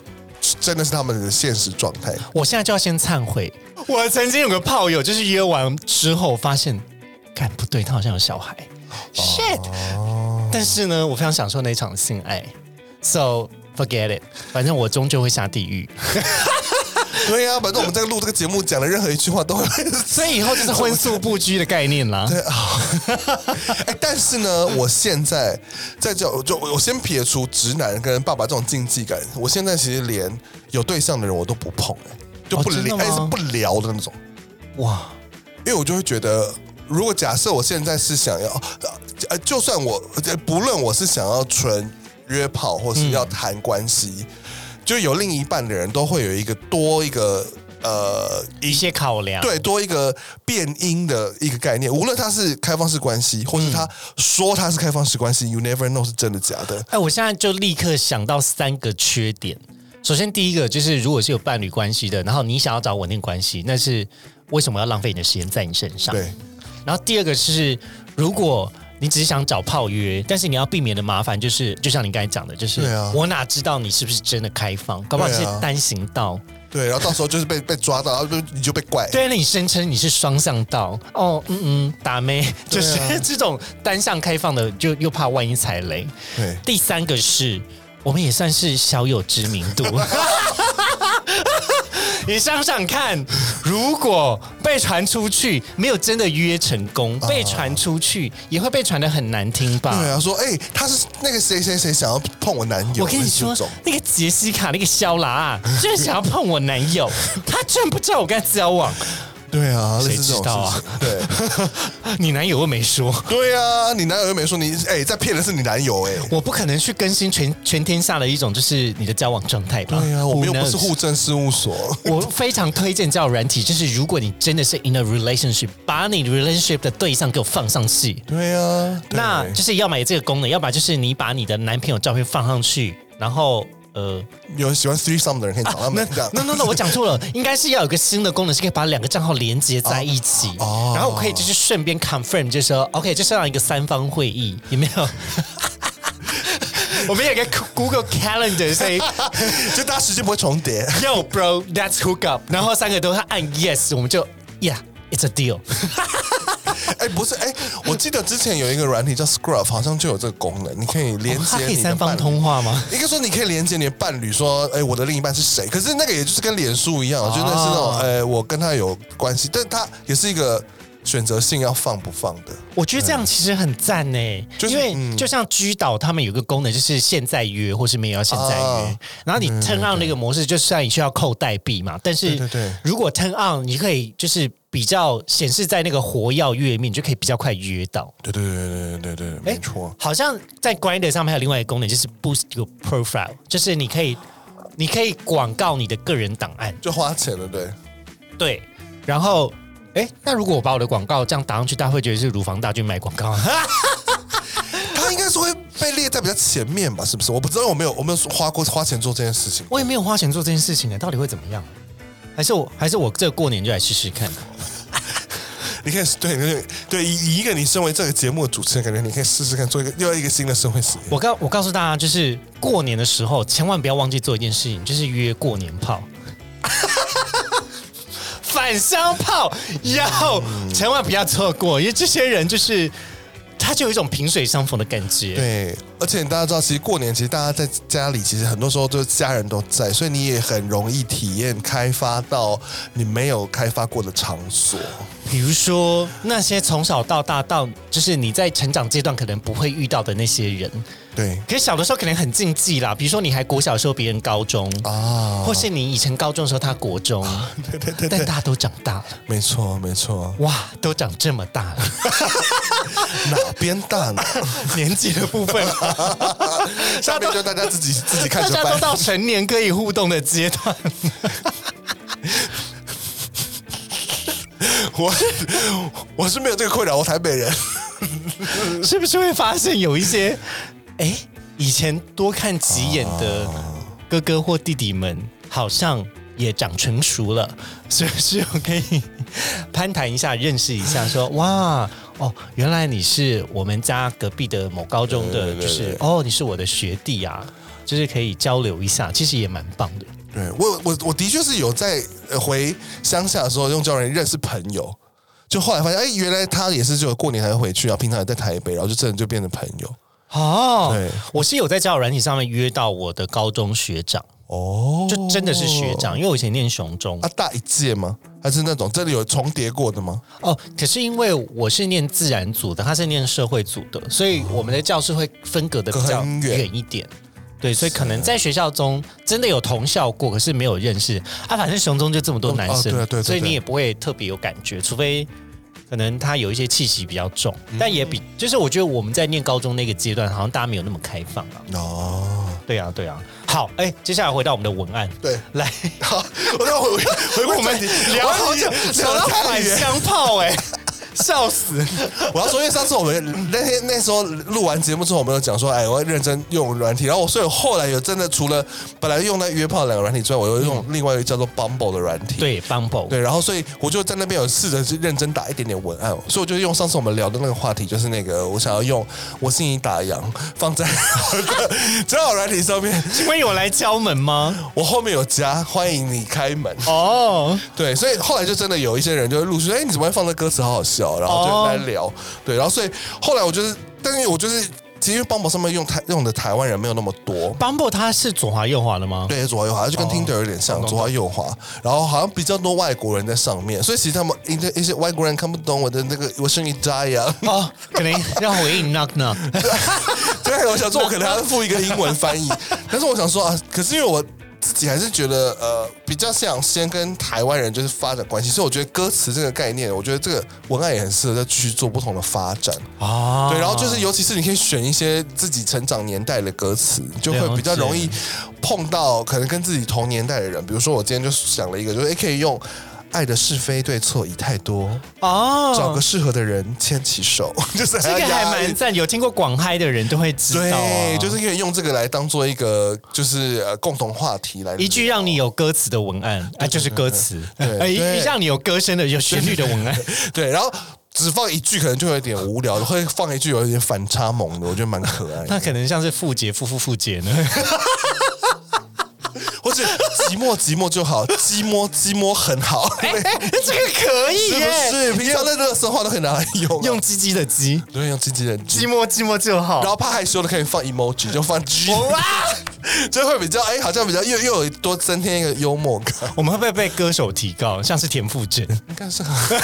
Speaker 2: 真的是他们的现实状 态。
Speaker 1: 我现在就要先忏悔。我曾经有个炮友，就是约完之后发现，干不对，他好像有小孩，shit。但是呢，我非常享受那场性爱，so forget it，反正我终究会下地狱。
Speaker 2: 对呀、反正我们在录这个节目讲的任何一句话都会。
Speaker 1: 所以以后就是荤素不拘的概念啦。
Speaker 2: 哎，但是呢，我现在在这，就我先撇除直男跟爸爸这种竞技感，我现在其实连有对象的人我都不碰、哎，就不
Speaker 1: 哦真的
Speaker 2: 聊，
Speaker 1: 吗
Speaker 2: 哎、是不聊的那种。
Speaker 1: 哇，
Speaker 2: 因为我就会觉得，如果假设我现在是想要，呃，就算我呃不论我是想要纯约炮，或
Speaker 1: 嗯
Speaker 2: 是要谈关系，就有另一半的人都会有一个多一个呃
Speaker 1: 一些考量。，
Speaker 2: 对，多一个变音的一个概念。无论他是开放式关系，或是他说他是开放式关系、y
Speaker 1: 嗯
Speaker 2: o u never know 是真的假的。
Speaker 1: 哎，我现在就立刻想到三个缺点。首先，第一个就是，如果是有伴侣关系的，然后你想要找稳定关系，那是为什么要浪费你的时间在你身上？
Speaker 2: 对，
Speaker 1: 然后第二个是，如果你只是想找炮约，但是你要避免的麻烦就是，就像你刚才讲的，就是、
Speaker 2: 对啊
Speaker 1: 我哪知道你是不是真的开放？搞不好你是
Speaker 2: 对啊
Speaker 1: 单行道，
Speaker 2: 对，然后到时候就是被被抓到，然后就你就被怪。
Speaker 1: 对，啊那你声称你是双向道，哦，嗯嗯，打妹， 就是、
Speaker 2: 对啊
Speaker 1: 这种单向开放的，就又怕万一踩雷。
Speaker 2: 对，
Speaker 1: 第三个是我们也算是小有知名度。 你想想看，如果被传出去，没有真的约成功，被传出去也会被传的很难听吧？
Speaker 2: 对啊，说哎、他是那个谁谁谁想要碰我男友，
Speaker 1: 我跟你
Speaker 2: 类似
Speaker 1: 说
Speaker 2: 这种，
Speaker 1: 那个杰西卡，那个肖拉、 啊，就是想要碰我男友，他居然不知道我跟他交 往。
Speaker 2: 对啊，类
Speaker 1: 谁
Speaker 2: 似这
Speaker 1: 知
Speaker 2: 种
Speaker 1: 道啊
Speaker 2: 事情，对。
Speaker 1: 你男友又没说，
Speaker 2: 对啊，你男友又没说你，哎、在骗的是你 男友哎、
Speaker 1: 我不可能去更新全全天下的一种就是你的交往状态吧？
Speaker 2: 对啊，我们又
Speaker 1: Who
Speaker 2: 不
Speaker 1: knows？
Speaker 2: 是户政事务所。
Speaker 1: 我非常推荐交友软体，就是如果你真的是 in a relationship，把你 relationship 的对象给我放上去，
Speaker 2: 对啊，对
Speaker 1: 那就是要么有这个功能，要么就是你把你的男朋友照片放上去，然后 呃，
Speaker 2: 有喜欢 three some 的人可以找 他们这样。
Speaker 1: no no no，我讲错了，应该是要有个新的功能，是可以把两个账号连接在一起，
Speaker 2: 哦
Speaker 1: 然后我可以就是顺便 confirm，就是说 OK，就是让一个三方会议，有没有？ 我们有个 Google Calendar 所以。
Speaker 2: 就大家时间不会重叠。
Speaker 1: Yo, bro, that's hook up。然后三个都他按 yes，我们就 Yeah, it's a deal。
Speaker 2: 哎、不是，哎、我记得之前有一个软体叫 Scruff，好像就有这个功能，你可以连
Speaker 1: 他
Speaker 2: 接
Speaker 1: 可以
Speaker 2: 你的
Speaker 1: 三
Speaker 2: 伴
Speaker 1: 方
Speaker 2: 侣。
Speaker 1: 通话吗？
Speaker 2: 应该说你可以连接你的伴侣，说，哎、我的另一半是谁？可是那个也就是跟脸书一样，我觉得是那种，
Speaker 1: 哦
Speaker 2: 哎、我跟他有关系，但他也是一个选择性要放不放的。
Speaker 1: 我觉得这样其实很赞呢，
Speaker 2: 嗯就是
Speaker 1: 因为就像居岛他们有个功能，就是现在约或是没有要现在约
Speaker 2: 啊，
Speaker 1: 然后你 turn on 那个模式，就算你需要扣代币嘛，但是
Speaker 2: 对对对
Speaker 1: 如果 turn on，你可以就是比较显示在那个活跃页面，你就可以比较快约到。
Speaker 2: 对对对对对对对，没错。
Speaker 1: 好像在 Grinder 上面还有另外一个功能，就是 boost your profile，就是你可以你可以广告你的个人档案。
Speaker 2: 就花钱了，对。
Speaker 1: 对，然后，哎，那如果我把我的广告这样打上去，大家会觉得是乳房大军买广告啊？
Speaker 2: 他应该是会被列在比较前面吧？是不是？我不知道，我没有，我没有花过花钱做这件事情。
Speaker 1: 我也没有花钱做这件事情呢，到底会怎么样？还是我，还是我这个过年就来试试看。
Speaker 2: 你可以对对对，以以一个你身为这个节目的主持人，感觉你可以试试看做一个又一个新的社会实验。
Speaker 1: 我告我告诉大家，就是过年的时候，千万不要忘记做一件事情，就是约过年炮。 返乡炮要千万不要错过，因为这些人就是他就有一种萍水相逢的感觉。
Speaker 2: 对，而且大家知道，其实过年其实大家在家里，其实很多时候就是家人都在，所以你也很容易体验开发到你没有开发过的场所。
Speaker 1: 比如说那些从小到大到就是你在成长阶段可能不会遇到的那些人，
Speaker 2: 对
Speaker 1: 可是小的时候可能很禁忌啦，比如说你还国小的时候，别人高中，
Speaker 2: 啊，
Speaker 1: 或是你以前高中的时候他国中，啊 对对对但大家都长大了，
Speaker 2: 没错没错，
Speaker 1: 哇，都长这么大了，
Speaker 2: 哪边大呢？
Speaker 1: 年纪的部分啊嘛，
Speaker 2: 下面就大家自己自己 看
Speaker 1: 大
Speaker 2: 着
Speaker 1: 家都
Speaker 2: 办。
Speaker 1: 到成年可以互动的阶段，
Speaker 2: 我我是没有这个困扰，我台北人。
Speaker 1: 是不是会发现有一些，哎，以前多看几眼的哥哥或弟弟们，好像也长成熟了， 是不是我可以攀谈一下，认识一下说哇。哦，原来你是我们家隔壁的某高中的，
Speaker 2: 对对对
Speaker 1: 就是
Speaker 2: 对
Speaker 1: 哦，你是我的学弟啊，就是可以交流一下，其实也蛮棒的。
Speaker 2: 对我我我的确是有在呃回乡下的时候用交友软件认识朋友，就后来发现哎，原来他也是只有过年才会回去啊，平常也在台北，然后就真的就变成朋友。
Speaker 1: 哦，
Speaker 2: 对
Speaker 1: 我是有在交友软体上面约到我的高中学长，
Speaker 2: 哦，
Speaker 1: 就真的是学长，因为我以前念雄中
Speaker 2: 啊，大一届吗？还是那种真的有重叠过的吗？
Speaker 1: 哦。可是因为我是念自然组的，他是念社会组的，所以我们的教室会分隔的比较
Speaker 2: 隔哦很远
Speaker 1: 远一点。对，所以可能在学校中真的有同校过，可是没有认识啊。反正雄中就这么多男生，
Speaker 2: 哦对啊对啊对啊
Speaker 1: 所以你也不会特别有感觉，除非可能他有一些气息比较重，
Speaker 2: 嗯
Speaker 1: 但也比就是我觉得我们在念高中那个阶段，好像大家没有那么开放啊。
Speaker 2: 哦，
Speaker 1: 对啊，对啊。好，哎、接下来回到我们的文案，
Speaker 2: 对，
Speaker 1: 来
Speaker 2: 好，我再回回过我们
Speaker 1: 聊好久，
Speaker 2: 聊
Speaker 1: 聊到
Speaker 2: 到
Speaker 1: 反
Speaker 2: 太远。
Speaker 1: 香炮、哎，笑死！
Speaker 2: 我要说，因为上次我们那天那时候录完节目之后，我们有讲说，哎，我要认真用软体。然后我所以我后来有真的除了本来用那约炮两个软体之外，我又用另外一个叫做 Bumble 的软体。
Speaker 1: 对，Bumble，
Speaker 2: 对，然后所以我就在那边有试着去认真打一点点文案，所以我就用上次我们聊的那个话题，就是那个我想要用我心里打烊放在我 的交友软体上面，
Speaker 1: 请问有来敲门吗？
Speaker 2: 我后面有加，欢迎你开门。
Speaker 1: 哦，
Speaker 2: 对，所以后来就真的有一些人就会陆续说，哎，你怎么会放这歌词，好好笑，然后就
Speaker 1: 哦
Speaker 2: 来聊。对，然后所以后来我就是，但是我就是，其实因为 Bumble 上面用台用的台湾人没有那么多。
Speaker 1: ，Bumble 它是左滑右滑的吗？
Speaker 2: 对，左滑右滑，就跟 Tinder 有点像，左滑右滑，然后好像比较多外国人在上面，所以其实他们一些一些外国人看不懂我的那个我声音啊渣呀，
Speaker 1: 哦，可能要回应 knock knock。
Speaker 2: 对，我想说，我可能还要附一个英文翻译， 但是我想说啊，可是因为我自己还是觉得，呃，比较想先跟台湾人就是发展关系，所以我觉得歌词这个概念，我觉得这个文案也很适合再继续做不同的发展。
Speaker 1: 哦，
Speaker 2: 对，然后就是，尤其是你可以选一些自己成长年代的歌词，就会比较容易碰到可能跟自己同年代的人。比如说，我今天就想了一个，就是诶哎可以用“爱的是非对错已太多，
Speaker 1: 哦，哎
Speaker 2: 找个适合的人牵起手”， 就是
Speaker 1: 这个
Speaker 2: 要
Speaker 1: 还
Speaker 2: 押韵
Speaker 1: 蛮赞，有听过广嗨的人都会知道、啊，
Speaker 2: 对，就是可以用这个来当做一个就是呃共同话题来
Speaker 1: 一句让你有歌词的文案，啊，就是歌词，
Speaker 2: 对
Speaker 1: 哎一
Speaker 2: 对
Speaker 1: 一让你有歌声的、有旋律的文案。
Speaker 2: 对，然后只放一句可能就有点无聊，会放一句有一点反差萌的，我觉得蛮可爱
Speaker 1: 那
Speaker 2: 的。
Speaker 1: 可能像是复节、复复复节呢。
Speaker 2: 或者寂寞寂寞就好，寂寞寂寞很 好，
Speaker 1: 这个可以
Speaker 2: 是不是？平常在热身话都可以拿来用啊，
Speaker 1: 用鸡鸡的鸡，
Speaker 2: 对用经纪人机，
Speaker 1: 寞寂寞就好
Speaker 2: 然后怕害羞的可以放 emoji，就放 G，
Speaker 1: 哇，
Speaker 2: 就会比较哎，好像比较又又有多增添一个幽默感，
Speaker 1: 我们会不会被歌手提告？像是田馥甄
Speaker 2: 应该是很。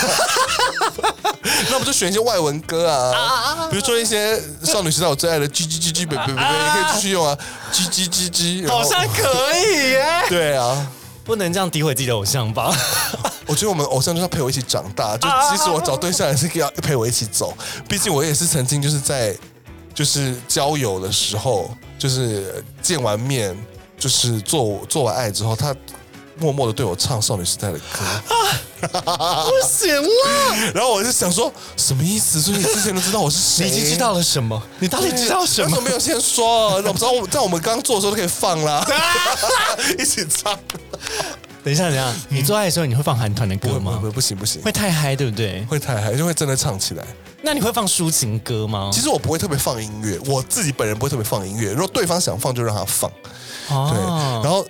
Speaker 2: 那我们就选一些外文歌啊，比如说一些少女时代我最爱的 G G G G 北
Speaker 1: 啊
Speaker 2: 北北，也可以继续用啊，G G G G，然后
Speaker 1: 可以耶，
Speaker 2: 对啊。
Speaker 1: 不能这样诋毁自己的偶像吧？
Speaker 2: 我觉得我们偶像就是要陪我一起长大，
Speaker 1: 啊
Speaker 2: 就即使我找对象也是要陪我一起走，毕竟我也是曾经就是在就是交友的时候，就是见完面，就是做做完爱之后，他默默的对我唱少女时代的 歌，
Speaker 1: 不行啦，
Speaker 2: 然后我就想说什么意思？所以你之前都知道我是谁，
Speaker 1: 你已经知道了什么？你到底知道什
Speaker 2: 为
Speaker 1: 么
Speaker 2: 什？么没有先说？那我们知道我们在我们刚做的时候就可以放啦，
Speaker 1: 啊
Speaker 2: 一起唱。
Speaker 1: 等一下，等一下，你做爱的时候你会放韩团的
Speaker 2: 嗯不
Speaker 1: 歌吗？
Speaker 2: 不不行不行，
Speaker 1: 会太嗨，对不对？
Speaker 2: 会太嗨，就会真的唱起来。
Speaker 1: 那你会放抒情歌吗？
Speaker 2: 其实我不会特别放音乐，我自己本人不会特别放音乐。如果对方想放，就让他放。对，
Speaker 1: 哦
Speaker 2: 然后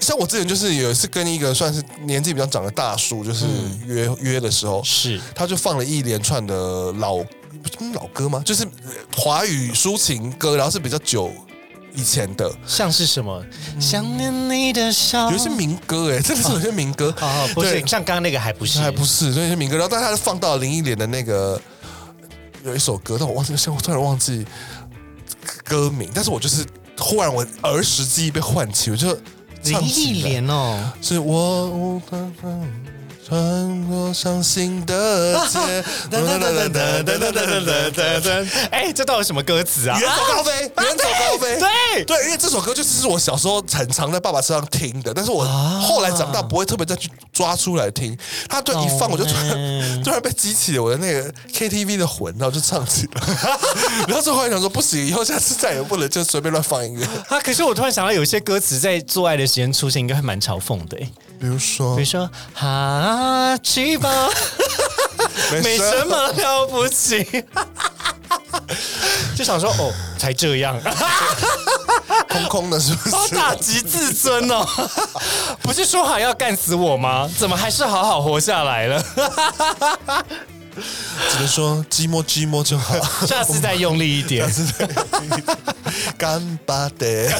Speaker 2: 像我之前就是有一次跟一个算是年纪比较长的大叔，就是
Speaker 1: 嗯
Speaker 2: 约、约的时候，
Speaker 1: 是
Speaker 2: 他就放了一连串的老不是老歌吗？就是华语抒情歌，然后是比较久以前的，
Speaker 1: 像是什么？想念你的笑，
Speaker 2: 嗯有一些民歌哎、真的是有些民歌，
Speaker 1: 哦，不是
Speaker 2: 对
Speaker 1: 像刚刚那个还不是，
Speaker 2: 还不是那些民歌，然后但他放到林忆莲的那个有一首歌，但我忘记，现在我突然忘记歌名，但是我就是忽然我儿时记忆被唤起，我就
Speaker 1: 林
Speaker 2: 唱起
Speaker 1: 忆
Speaker 2: 来
Speaker 1: 莲哦，
Speaker 2: 是我无法穿过伤心的街， 哒哒哒哒哒哒哒哒哒哒哒。
Speaker 1: 哎，这到底什么歌词啊？
Speaker 2: 远走高飞，远走高飞，
Speaker 1: 对
Speaker 2: 对，因为这首歌就是我小时候很常在爸爸车上听的，但是我
Speaker 1: 啊
Speaker 2: 后来长大不会特别再去抓出来听，他就一放我就突
Speaker 1: 欸
Speaker 2: 然突然被激起了我的那个 KTV 的魂，然后就唱起了， 然后最后来想说不行，以后下次再也不能就随便乱放音乐，
Speaker 1: 啊，可是我突然想到，有一些歌词在做爱的时间出现，应该会蛮嘲讽的、哎
Speaker 2: 比如说
Speaker 1: 比如说“哈去吧”， 没什么了不起， 就想说哦，才这 样，
Speaker 2: 空空的，是不
Speaker 1: 好
Speaker 2: 是？
Speaker 1: 打击自尊哦。 不是说好要干死我吗？怎么还是好好活下来 了？
Speaker 2: 只能说寂寞寂寞就好。
Speaker 1: 下次再用力一点。
Speaker 2: 干巴的，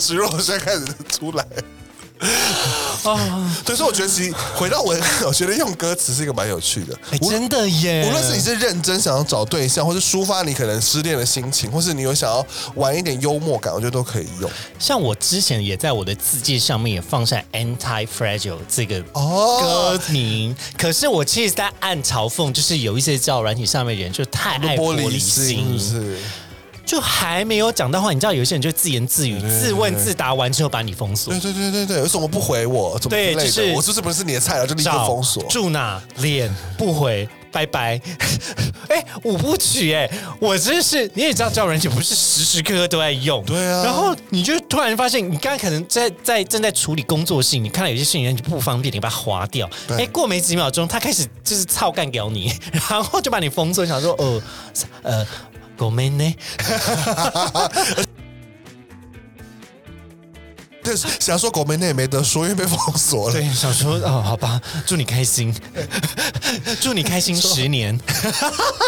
Speaker 2: 徐若瑄开始出来。 对，所以我觉得其实回到文案，我觉得用歌词是一个蛮有趣的。
Speaker 1: 哎
Speaker 2: 无
Speaker 1: 真的耶！
Speaker 2: 无论是你是认真想要找对象，或是抒发你可能失恋的心情，或是你有想要玩一点幽默感，我觉得都可以用。
Speaker 1: 像我之前也在我的字迹上面也放上 “anti fragile” 这个
Speaker 2: 哦
Speaker 1: 歌名，可是我其实在暗嘲讽，就是有一些交友软体上面的人就太
Speaker 2: 哦
Speaker 1: 爱玻璃
Speaker 2: 是
Speaker 1: 心，
Speaker 2: 不是？
Speaker 1: 就还没有讲到话。你知道有一些人就自言自语、自问自答完之后把你封锁
Speaker 2: 对，对对对对，为什么不回我？怎么之
Speaker 1: 对
Speaker 2: 类的？
Speaker 1: 就是
Speaker 2: 我是不是不是你的菜啊了？就立刻
Speaker 1: 找
Speaker 2: 封锁。
Speaker 1: 住哪脸不回，拜拜。 哎、五部曲哎、我真是你也知道，交友软体不是时时刻刻都在用，
Speaker 2: 对啊
Speaker 1: 然后你就突然发现，你刚刚可能在在正在处理工作事情，你看到有些事情你就不方便，你把它划掉。哎、
Speaker 2: 对
Speaker 1: 过没几秒钟，他开始就是操干掉你， 然后就把你封锁，想说呃呃。狗妹呢？
Speaker 2: 对，想说狗妹那也没得说，因为被封锁了。
Speaker 1: 对，想说哦，好吧，祝你开 心，祝你开心十年，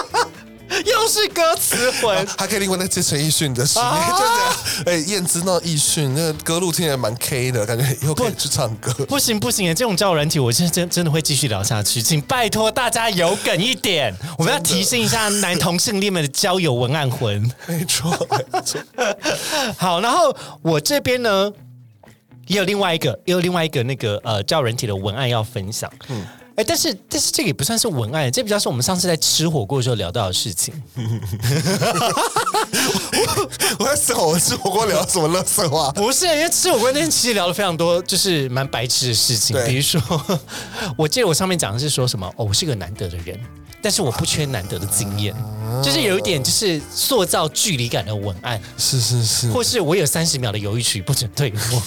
Speaker 1: 又是歌词魂，
Speaker 2: 还可以另外再接陈奕迅的实验，
Speaker 1: 啊
Speaker 2: 就这样。哎、燕姿那奕迅那个歌路听起来蛮 K 的，感觉以后可以去唱歌。
Speaker 1: 不行不行，这种交友软体，我真真真的会继续聊下去，请拜托大家有梗一点，我们要提醒一下男同性恋们的交友文案魂。
Speaker 2: 没错，没错。
Speaker 1: 好，然后我这边呢，也有另外一个，也有另外一个那个呃交友软体的文案要分享。嗯，哎，但是但是这个也不算是文案，这比较是我们上次在吃火锅的时候聊到的事情。
Speaker 2: 我在思考我吃火锅聊什么乐色话。
Speaker 1: 不是，因为吃火锅那天其实聊了非常多，就是蛮白痴的事情。
Speaker 2: 对
Speaker 1: 比如说，我记得我上面讲的是说什么哦，我是个难得的人，但是我不缺难得的经验，就是有一点就是塑造距离感的文案，
Speaker 2: 是是是，
Speaker 1: 或是我有三十秒的犹豫曲不准退货。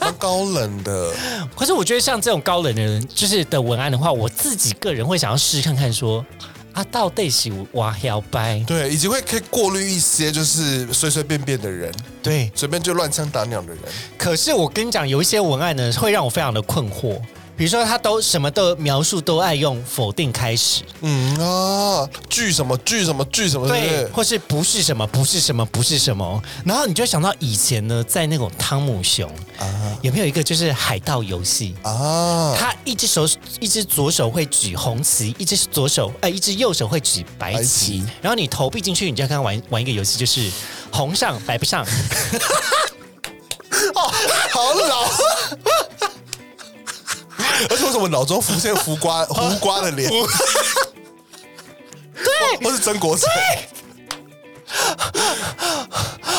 Speaker 2: 蛮高冷的。
Speaker 1: 可是我觉得像这种高冷的人，就是的文案的话，我自己个人会想要试试看看说，啊，到底是我要掰？
Speaker 2: 对，以及会可以过滤一些就是随随便便的人，
Speaker 1: 对，
Speaker 2: 随便就乱枪打鸟的人。
Speaker 1: 可是我跟你讲，有一些文案呢，会让我非常的困惑。比如说，他都什么都描述都爱用否定开始，
Speaker 2: 嗯啊，剧什么剧什么剧什么，对不
Speaker 1: 对，
Speaker 2: 对？
Speaker 1: 或是不是什么，不是什么，不是什么，然后你就想到以前呢，在那种汤姆熊，有没有一个就是海盗游戏？
Speaker 2: 啊，
Speaker 1: 他一只手，一只左手会举红旗，一只左手，呃，一只右手会举白旗。
Speaker 2: 白旗
Speaker 1: 然后你投币进去，你就要跟他玩玩一个游戏，就是红上白不上。
Speaker 2: 好老。而且为什么脑中浮现胡瓜胡瓜的脸？对，或是曾国成，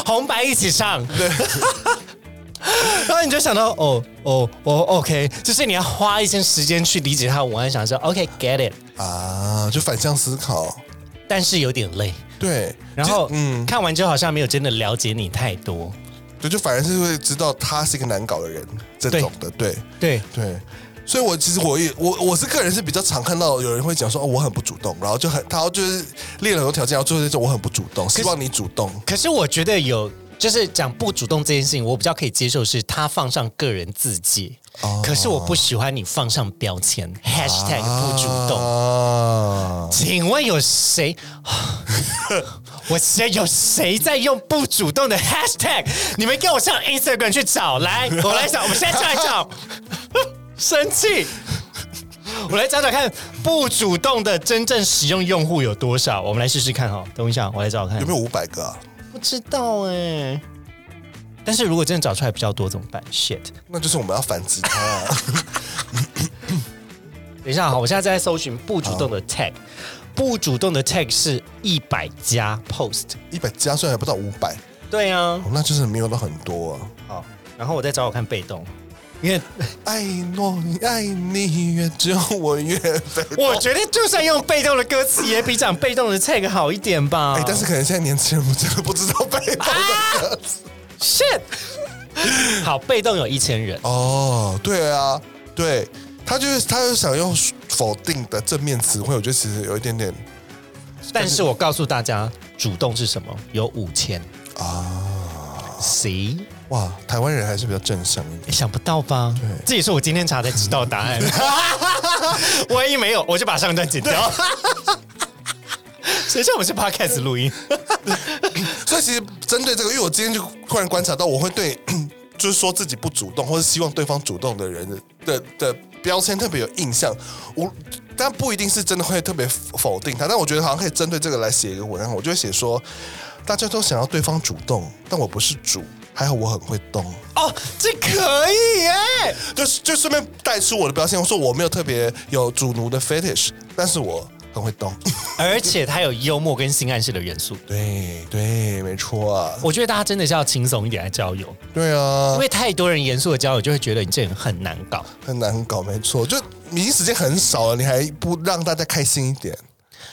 Speaker 1: 红白一起上。 然后你就想到，哦哦哦，OK，就是你要花一些时间去理解他的文案，想说 OK，get、it，
Speaker 2: 啊，就反向思考。
Speaker 1: 但是有点累。
Speaker 2: 对，
Speaker 1: 然后，
Speaker 2: 就
Speaker 1: 嗯，
Speaker 2: 嗯，
Speaker 1: 看完之后好像没有真的了解你太多。
Speaker 2: 对，就反而是会知道他是一个难搞的人这种的，对
Speaker 1: 对，
Speaker 2: 对。所以我其实我也我我是个人是比较常看到有人会讲说哦我很不主动，然后就很他就是列了很多条件，然后最后就说我很不主动，希望你主动。
Speaker 1: 可是我觉得有，就是讲不主动这件事情，我比较可以接受，是他放上个人自介。
Speaker 2: 哦
Speaker 1: 可是我不喜欢你放上标签，#hashtag 不主动。
Speaker 2: 啊，
Speaker 1: 请问有谁？ 我谁有谁在用不主动的 hashtag？你们给我上 Instagram 去找来，我来找，我们现在就来找。生气，我来找找看不主动的真正使用用户有多少，我们来试试看哈。等我一下，我来找找看
Speaker 2: 有没有五百个啊？
Speaker 1: 不知道哎、但是如果真的找出来比较多怎么办？shit！
Speaker 2: 那就是我们要反击他、啊。
Speaker 1: 等一下哈，我现在在搜寻不主动的 tag，不主动的 tag 是一百加 post。
Speaker 2: 一百加虽然还不到五百、
Speaker 1: 对啊，
Speaker 2: 哦，那就是没有到很多啊。
Speaker 1: 好，哦然后我再找找看被动，因为
Speaker 2: 爱诺爱你越久，我越被动。
Speaker 1: 我觉得就算用被动的歌词，也比讲被动的 tag 好一点吧。
Speaker 2: 哎、但是可能现在年轻人真的不知道被动的歌词。
Speaker 1: shit，好，被动有一千人，
Speaker 2: 哦，对啊，对，他就是他就想用否定的正面词汇，我觉得其实有一点点
Speaker 1: 但是我告诉大家，主动是什么？有五千啊，C，
Speaker 2: 哇，台湾人还是比较正向一点。
Speaker 1: 想不到吧？这也是我今天查才知道答 案。万一没有，我就把上一段剪 掉。谁叫我们是 podcast 录音？
Speaker 2: 所以其实针对这个，因为我今天就忽然观察到，我会对 就是说自己不主动，或是希望对方主动的人的的的标签特别有印象。我但不一定是真的会特别否定他，但我觉得好像可以针对这个来写一个文案。我就会写说，大家都想要对方主动，但我不是主，还好我很会动。
Speaker 1: 哦，这可以耶！
Speaker 2: 就是就顺便带出我的标签，我说我没有特别有主奴的 fetish，但是我很会动。
Speaker 1: 而且它有幽默跟性暗示的元素。
Speaker 2: 对对，没错啊，
Speaker 1: 我觉得大家真的是要轻松一点来交友，
Speaker 2: 对啊
Speaker 1: 因，为太多人严肃的交友就会觉得你这人很难搞。
Speaker 2: 很难搞，没错，就已经时间很少了，你还不让大家开心一点？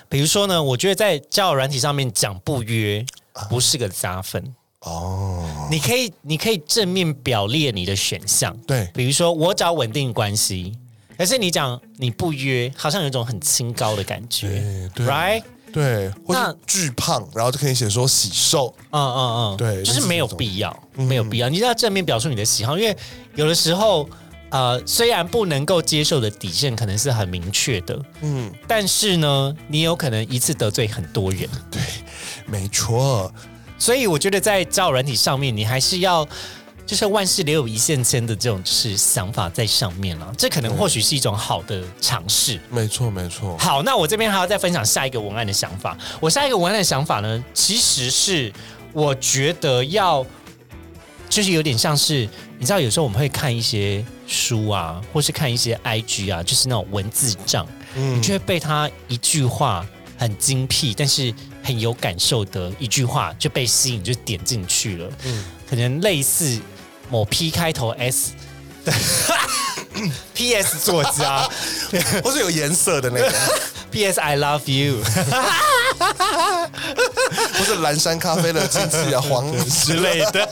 Speaker 1: 比如说呢，我觉得在交友软体上面讲不约
Speaker 2: 啊
Speaker 1: 不是个加分。
Speaker 2: 哦，
Speaker 1: 你可以，你可以正面表列你的选项，
Speaker 2: 对
Speaker 1: 比如说我找稳定关系，可是你讲你不约，好像有一种很清高的感觉
Speaker 2: 对对
Speaker 1: ，right？
Speaker 2: 对，或
Speaker 1: 那
Speaker 2: 是巨胖，然后就可以写说喜瘦，
Speaker 1: 嗯嗯嗯，
Speaker 2: 对
Speaker 1: 就是没有必要，没有
Speaker 2: 嗯
Speaker 1: 必要，你一定要正面表述你的喜好，因为有的时候，呃，虽然不能够接受的底线可能是很明确的，
Speaker 2: 嗯，
Speaker 1: 但是呢，你有可能一次得罪很多人，
Speaker 2: 对，没错，
Speaker 1: 所以我觉得在交友软体上面，你还是要就是万事留有一线牵的这种就是想法在上面了。这可能或许是一种好的尝试。
Speaker 2: 没错，没错，
Speaker 1: 好，那我这边还要再分享下一个文案的想法。我下一个文案的想法呢，其实是我觉得要就是有点像是你知道，有时候我们会看一些书啊，或是看一些 IG 啊，就是那种文字账，你就会被他一句话很精辟，但是很有感受的一句话就被吸引，就点进去了。嗯，可能类似某 P 开头 S 的 PS 作家。
Speaker 2: 或是有颜色的那 个，
Speaker 1: P.S. I love you
Speaker 2: 或是蓝山咖啡的亲戚啊，黄
Speaker 1: 之类的，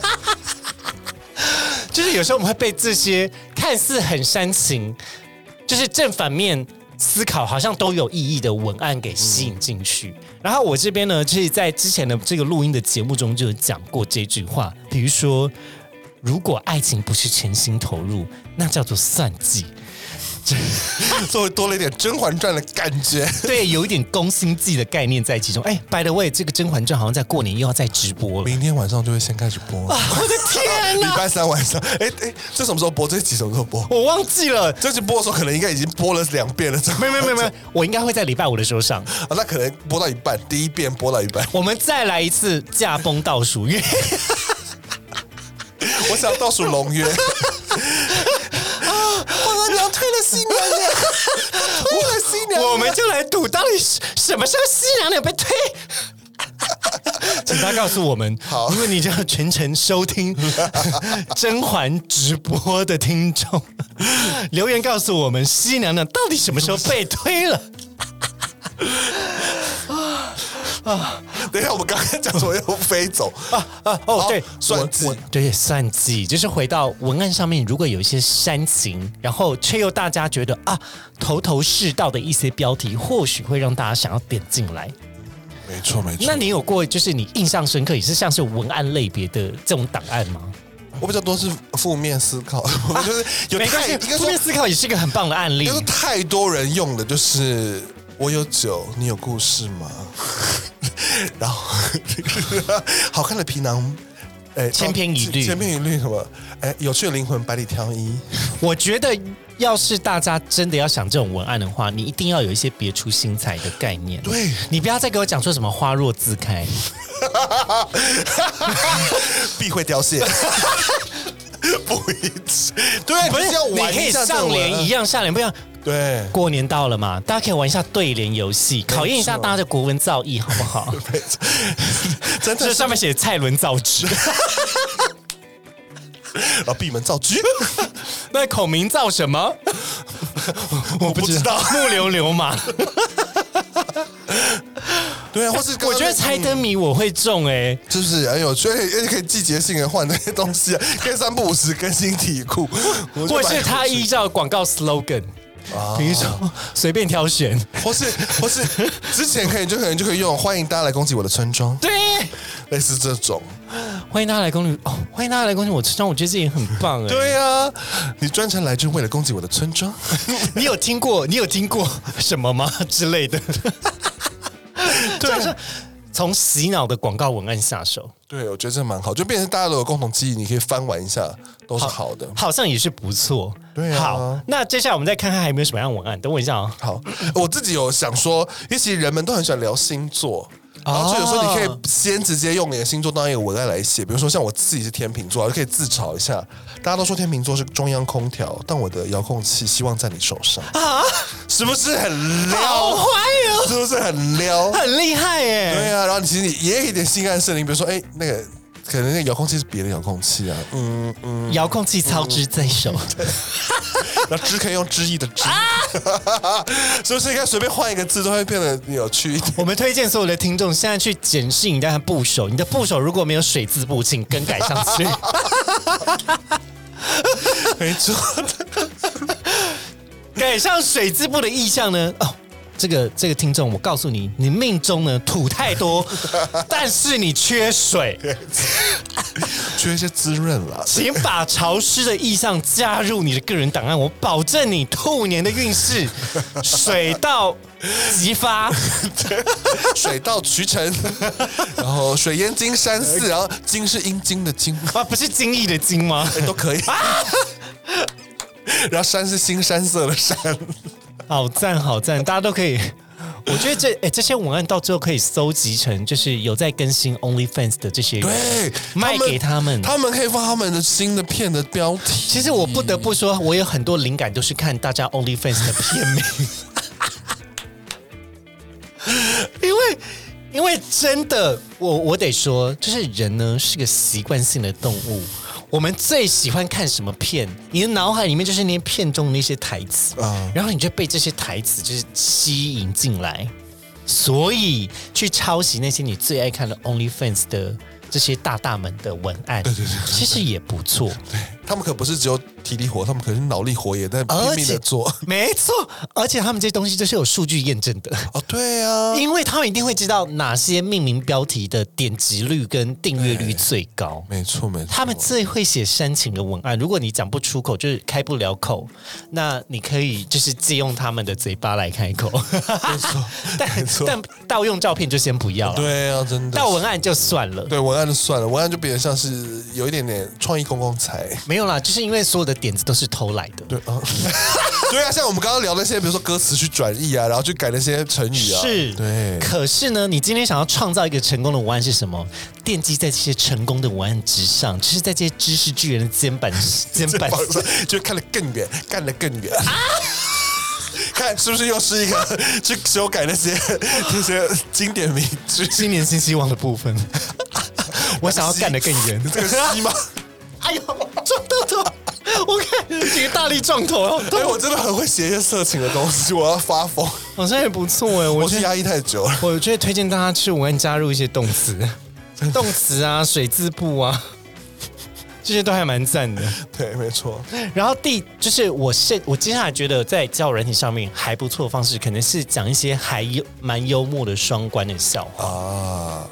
Speaker 1: 就是有时候我们会被这些看似很煽情，就是正反面思考好像都有意义的文案给吸引进去。然后我这边呢，就是在之前的这个录音的节目中就有讲过这句话，比如说，如果爱情不是全心投入，那叫做算 计。
Speaker 2: 稍微多了一点《甄嬛传》的感觉。
Speaker 1: 对，有一点攻心计的概念在其中。哎，by the way，这个《甄嬛传》好像在过年又要再直播了。
Speaker 2: 明天晚上就会先开始播， 礼
Speaker 1: 我的天 哪！
Speaker 2: 拜三晚上。哎哎，这什么时候播？这集什么时候播？
Speaker 1: 我忘记了，
Speaker 2: 这集播的时候可能应该已经播了两遍了，
Speaker 1: 没有没有没有没有，我应该会在礼拜五的时候上。
Speaker 2: 啊，那可能播到一半，第一遍播到一半，
Speaker 1: 我们再来一次驾崩倒数，因为
Speaker 2: 我想倒数龙 约，
Speaker 1: 我娘推了新娘娘，推了新娘我们就来赌到底是什么时候新娘娘被推。请他告诉我们，
Speaker 2: 好
Speaker 1: 因为你这样全程收 听甄嬛直播的听众，留言告诉我们西娘娘到底什么时候被推了。
Speaker 2: 等一下，我们刚刚讲什么要飞走？
Speaker 1: 啊哦，
Speaker 2: 好
Speaker 1: 对，
Speaker 2: 算
Speaker 1: 我
Speaker 2: 计
Speaker 1: 我对算计，就是回到文案上面，如果有一些煽情，然后却又大家觉得啊头头是道的一些标题，或许会让大家想要点进来。
Speaker 2: 没错没错
Speaker 1: 那，你有过就是你印象深刻，也是像是文案类别的这种档案吗？
Speaker 2: 我比较多是负面思考， 我就是有
Speaker 1: 没关
Speaker 2: 太
Speaker 1: 系
Speaker 2: 应，该
Speaker 1: 负
Speaker 2: 说
Speaker 1: 面思考也是一个很棒的案例
Speaker 2: 应该。说太多人用的就是我有酒，你有 故事吗？然后好看的皮囊哎
Speaker 1: 千篇一律
Speaker 2: 千篇一律什么？哎，有趣的灵魂百里挑一，
Speaker 1: 我觉得要是大家真的要想这种文案的话，你一定要有一些别出心裁的概念。
Speaker 2: 对
Speaker 1: 你不要再给我讲说什么花若自开，
Speaker 2: 必会凋谢。 不一致，对，
Speaker 1: 不是
Speaker 2: 你要
Speaker 1: 你
Speaker 2: 玩
Speaker 1: 可以
Speaker 2: 一下这
Speaker 1: 上
Speaker 2: 种文
Speaker 1: 联一样，下联不一样。
Speaker 2: 对，
Speaker 1: 过年到了嘛，大家可以玩一下对联游戏，考验一下大家的国文造诣，好不好？
Speaker 2: 没错 真
Speaker 1: 这
Speaker 2: 的是
Speaker 1: 上面写蔡伦造 纸，
Speaker 2: 啊，闭门造车，
Speaker 1: 那孔明造什么？
Speaker 2: 我不知道。
Speaker 1: 木流流马。
Speaker 2: 对啊，或是刚刚
Speaker 1: 我觉得猜灯谜我会中哎、
Speaker 2: 是不是很有趣？而且而且可以季节性的换那些东 西，可以三不五时更新题库，我就
Speaker 1: 或
Speaker 2: 蛮
Speaker 1: 是他
Speaker 2: 有趣
Speaker 1: 依照广告 slogan，比如说随便挑选。
Speaker 2: 或是或是之前可以就可能就可以用，欢迎大家来攻击我的村庄，
Speaker 1: 对，
Speaker 2: 类似这种。
Speaker 1: 欢迎大家来攻略哦，欢迎大家来攻略我村庄，我觉得这也很棒哎、
Speaker 2: 对啊，你专程来就是为了攻击我的村庄，
Speaker 1: 你有听过你有听过什么吗之类的？
Speaker 2: 啊
Speaker 1: 就是从洗脑的广告文案下手，
Speaker 2: 对我觉得这蛮好，就变成大家都有共同记忆，你可以翻玩一下，都是好的。
Speaker 1: 好像也是不错。
Speaker 2: 对啊
Speaker 1: 好，那接下来我们再看看还有没有什么样的文案。等我一下啊、
Speaker 2: 好，呃我自己有想说，因为其实人们都很喜欢聊星座。然后就有时候你可以先直接用你的星座当一个文案来写，比如说像我自己是天秤座，我就可以自嘲一下。大家都说天秤座是中央空调，但我的遥控器希望在你手上啊，是不是很
Speaker 1: 好
Speaker 2: 撩？
Speaker 1: 坏哦，
Speaker 2: 是不是很撩？
Speaker 1: 很厉害哎、
Speaker 2: 对啊，然后你其实你也有一点性暗示，你比如说，哎，那个可能那个遥控器是别的遥控器啊， 嗯，
Speaker 1: 遥控器操之在手，
Speaker 2: 然后只可以用知意的知， 是不是应该随便换一个字都会变得有趣一点？
Speaker 1: 我们推荐所有的听众现在去检视你的部首，你的部首如果没有水字部，请更改上 去。
Speaker 2: 没错，
Speaker 1: 改上水字部的意象呢？哦，这个这个听众，我告诉你，你命中呢土太多， 但是你缺水，
Speaker 2: 缺一些滋润啦。
Speaker 1: 请把潮湿的意象加入你的个人档案，我保证你兔年的运势水到即 发。
Speaker 2: 水到 渠成，然后水淹金山
Speaker 1: 哎
Speaker 2: 寺，然后金是阴茎的金，
Speaker 1: 啊，不是精益的精吗？
Speaker 2: 哎都可以。 然后山是新山色的山，
Speaker 1: 好赞好赞，大家都可以。我觉得这哎、这些文案到最后可以搜集成，就是有在更新 OnlyFans 的这些人，
Speaker 2: 对，
Speaker 1: 卖给他们。
Speaker 2: 哎他们可以放他们的新的片的标题。
Speaker 1: 其实我不得不说，我有很多灵感都是看大家 OnlyFans 的片名， 因为因为真的，我我得说，就是人呢是个习惯性的动物，我们最喜欢看什么片，你的脑海里面就是那些片中的那些台词，
Speaker 2: 啊
Speaker 1: 然后你就被这些台词就是吸引进来，所以去抄袭那些你最爱看的 OnlyFans 的。这些大大们的文案，对对对，其实也不错。
Speaker 2: 他们可不是只有体力活，他们可是脑力活也在拼
Speaker 1: 而
Speaker 2: 命
Speaker 1: 且
Speaker 2: 的做。
Speaker 1: 没错，而且他们这些东西都是有数据验证的，
Speaker 2: 哦，对啊，
Speaker 1: 因为他们一定会知道哪些命名标题的点击率跟订阅率最高。
Speaker 2: 哎没错没错，
Speaker 1: 他们最会写煽情的文案，如果你讲不出口，就是开不了口，那你可以就是借用他们的嘴巴来开口。 但
Speaker 2: 错
Speaker 1: 但盗用照片就先不要了，
Speaker 2: 对啊，真的
Speaker 1: 盗文案就算了。
Speaker 2: 对文案就算了，文案就比较像是有一点点创意公共财。
Speaker 1: 没有啦，就是因为所有的点子都是偷来的。
Speaker 2: 对啊， 对啊，像我们刚刚聊那些，比如说歌词去转译啊，然后去改那些成语啊，
Speaker 1: 是，
Speaker 2: 对，
Speaker 1: 可是呢，你今天想要创造一个成功的文案是什么？奠基在这些成功的文案之上，就是在这些知识巨人的肩 膀肩膀
Speaker 2: 放上就看得更远，干得更远。
Speaker 1: 啊
Speaker 2: 看是不是又是一个去修改那些那些经典名句？
Speaker 1: 新年新希望的部 分，我想要干得更远。
Speaker 2: 这个是吗？
Speaker 1: 哎呦，撞到头！我看几个大力撞头，好
Speaker 2: 哎，
Speaker 1: 痛
Speaker 2: 我真的很会写一些色情的东西，我要发疯。
Speaker 1: 好像也不错哎，我
Speaker 2: 我
Speaker 1: 觉
Speaker 2: 是
Speaker 1: 得
Speaker 2: 压抑太久了，
Speaker 1: 我觉得推荐大家去文案加入一些动 词，动词啊、水字部啊，这些都还蛮赞的。
Speaker 2: 对，没错，
Speaker 1: 然后第就是我现我接下来觉得在交友软体上面还不错的方式，可能是讲一些还幽蛮幽默的双关的笑话，
Speaker 2: 啊，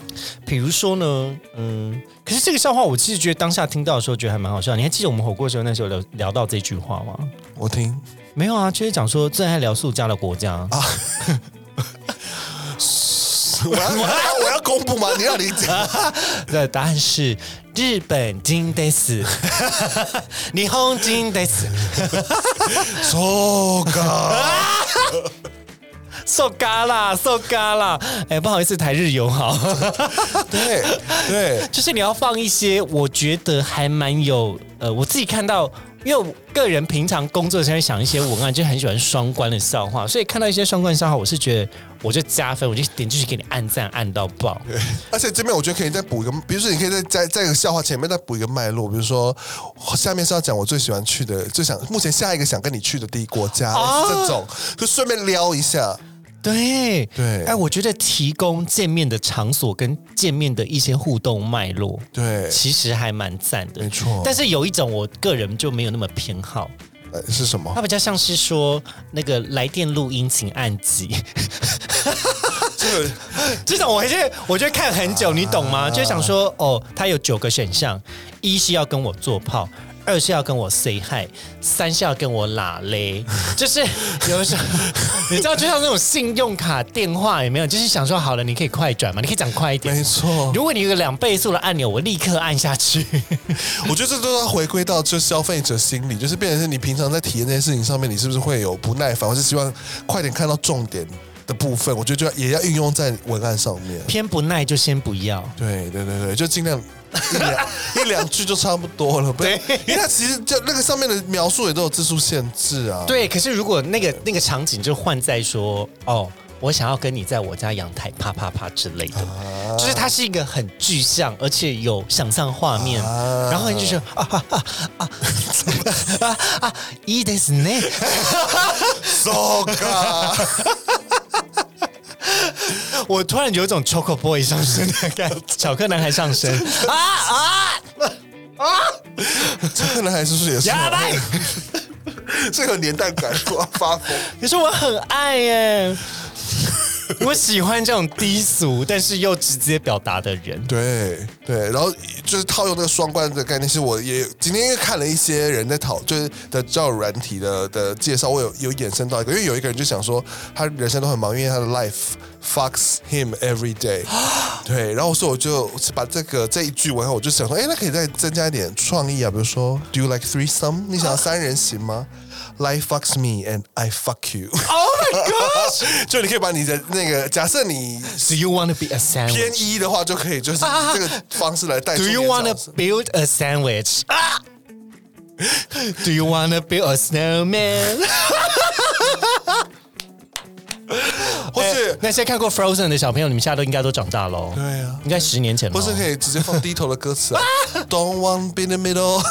Speaker 1: 比如说呢，嗯，可是这个笑话我其实觉得当下听到的时候觉得还蛮好笑。你还记得我们火锅的时候那时候聊聊到这句话吗？
Speaker 2: 我听
Speaker 1: 没 啊有啊，就是讲说最爱聊塑胶的国家，
Speaker 2: 啊，我要我要我要公布吗？你要你讲，
Speaker 1: 的答案是日本金得死， 霓虹金得死，
Speaker 2: そうか。
Speaker 1: 受嘎啦，受嘎啦！哎，不好意思，台日友好，
Speaker 2: 对对，
Speaker 1: 就是你要放一些，我觉得还蛮有呃，我自己看到，因为我个人平常工作的时候想一些文案，就很喜欢双关的笑话，所以看到一些双关笑话，我是觉得我就加分，我就点进去给你按赞，按到爆。
Speaker 2: 而且这边我觉得可以再补一个，比如说你可以再在在一个笑话前面再补一个脉络，比如说下面是要讲我最喜欢去的、最想目前下一个想跟你去的第一国家、
Speaker 1: 哦
Speaker 2: 这种，就顺便撩一下。
Speaker 1: 对
Speaker 2: 对
Speaker 1: 哎，我觉得提供见面的场所跟见面的一些互动脉络，
Speaker 2: 对，
Speaker 1: 其实还蛮赞的，
Speaker 2: 没错
Speaker 1: 但是有一种我个人就没有那么偏好，
Speaker 2: 呃是什么
Speaker 1: 它？比较像是说那个来电录音请按几，
Speaker 2: 这个
Speaker 1: 这种我会去，我就会看很久，你懂
Speaker 2: 啊
Speaker 1: 吗？就想说哦，它有九个选项，一是要跟我做炮。二是要跟我 say hi，三是要跟我拉 嘞，就是有的时候，你知道，就像那种信用卡电话有没有？就是想说好了，你可以快转嘛，你可以讲快一点。
Speaker 2: 没错，
Speaker 1: 如果你有个两倍速的按钮，我立刻按下 去。
Speaker 2: 我觉得这都要回归到这消费者心理，就是变成是你平常在体验这件事情上面，你是不是会有不耐烦，或是希望快点看到重点的部分？我觉得就要也要运用在文案上面。
Speaker 1: 偏不耐就先不要。
Speaker 2: 对对对对，就尽量一两一两句就差不多了，不要，因为它其实就那个上面的描述也都有字数限制啊。
Speaker 1: 对，可是如果那个那个场景就换在说，哦，我想要跟你在我家阳台啪啪啪之类的，
Speaker 2: 啊，
Speaker 1: 就是它是一个很具象，而且有想象画面，
Speaker 2: 啊
Speaker 1: 然后你就是啊啊啊啊啊啊，いいですね，
Speaker 2: so g
Speaker 1: 我突然有一种 Choco Boy 上身的感觉，巧克男孩上身啊啊，
Speaker 2: 这可能还是不是也是
Speaker 1: や
Speaker 2: 我
Speaker 1: ばい！
Speaker 2: 这个年代感，我要发疯。
Speaker 1: 可是我很爱耶，我喜欢这种低俗但是又直接表达的人。
Speaker 2: 对对，然后就是套用那个双关的概念，是我也今天因为看了一些人在讨，就是的交友软体的的介绍，我有有衍生到一个，因为有一个人就想说，他人生都很忙，因为他的 life fucks him every day，对，然后所以我就把这个这一句文案，我就想说，哎，那可以再增加一点创意啊，比如说 Do you like threesome？你想要三人行吗？Life fucks me and I fuck you，
Speaker 1: Oh my god！
Speaker 2: 就你可以把你的那个假设你
Speaker 1: Do you want to be a sandwich？
Speaker 2: 偏一的话，就可以就是这个方式来带出
Speaker 1: Do
Speaker 2: 你
Speaker 1: you
Speaker 2: 的
Speaker 1: want
Speaker 2: 角
Speaker 1: to
Speaker 2: 色
Speaker 1: build a sandwich? 啊 Do you want to build a snowman？
Speaker 2: 或
Speaker 1: 哎
Speaker 2: 是
Speaker 1: 那些看过 Frozen 的小朋友，你们现在都应该都长大喽。
Speaker 2: 对啊
Speaker 1: 应该十年前了。
Speaker 2: 或是可以直接放低头的 歌词啊，Don't want be in the middle，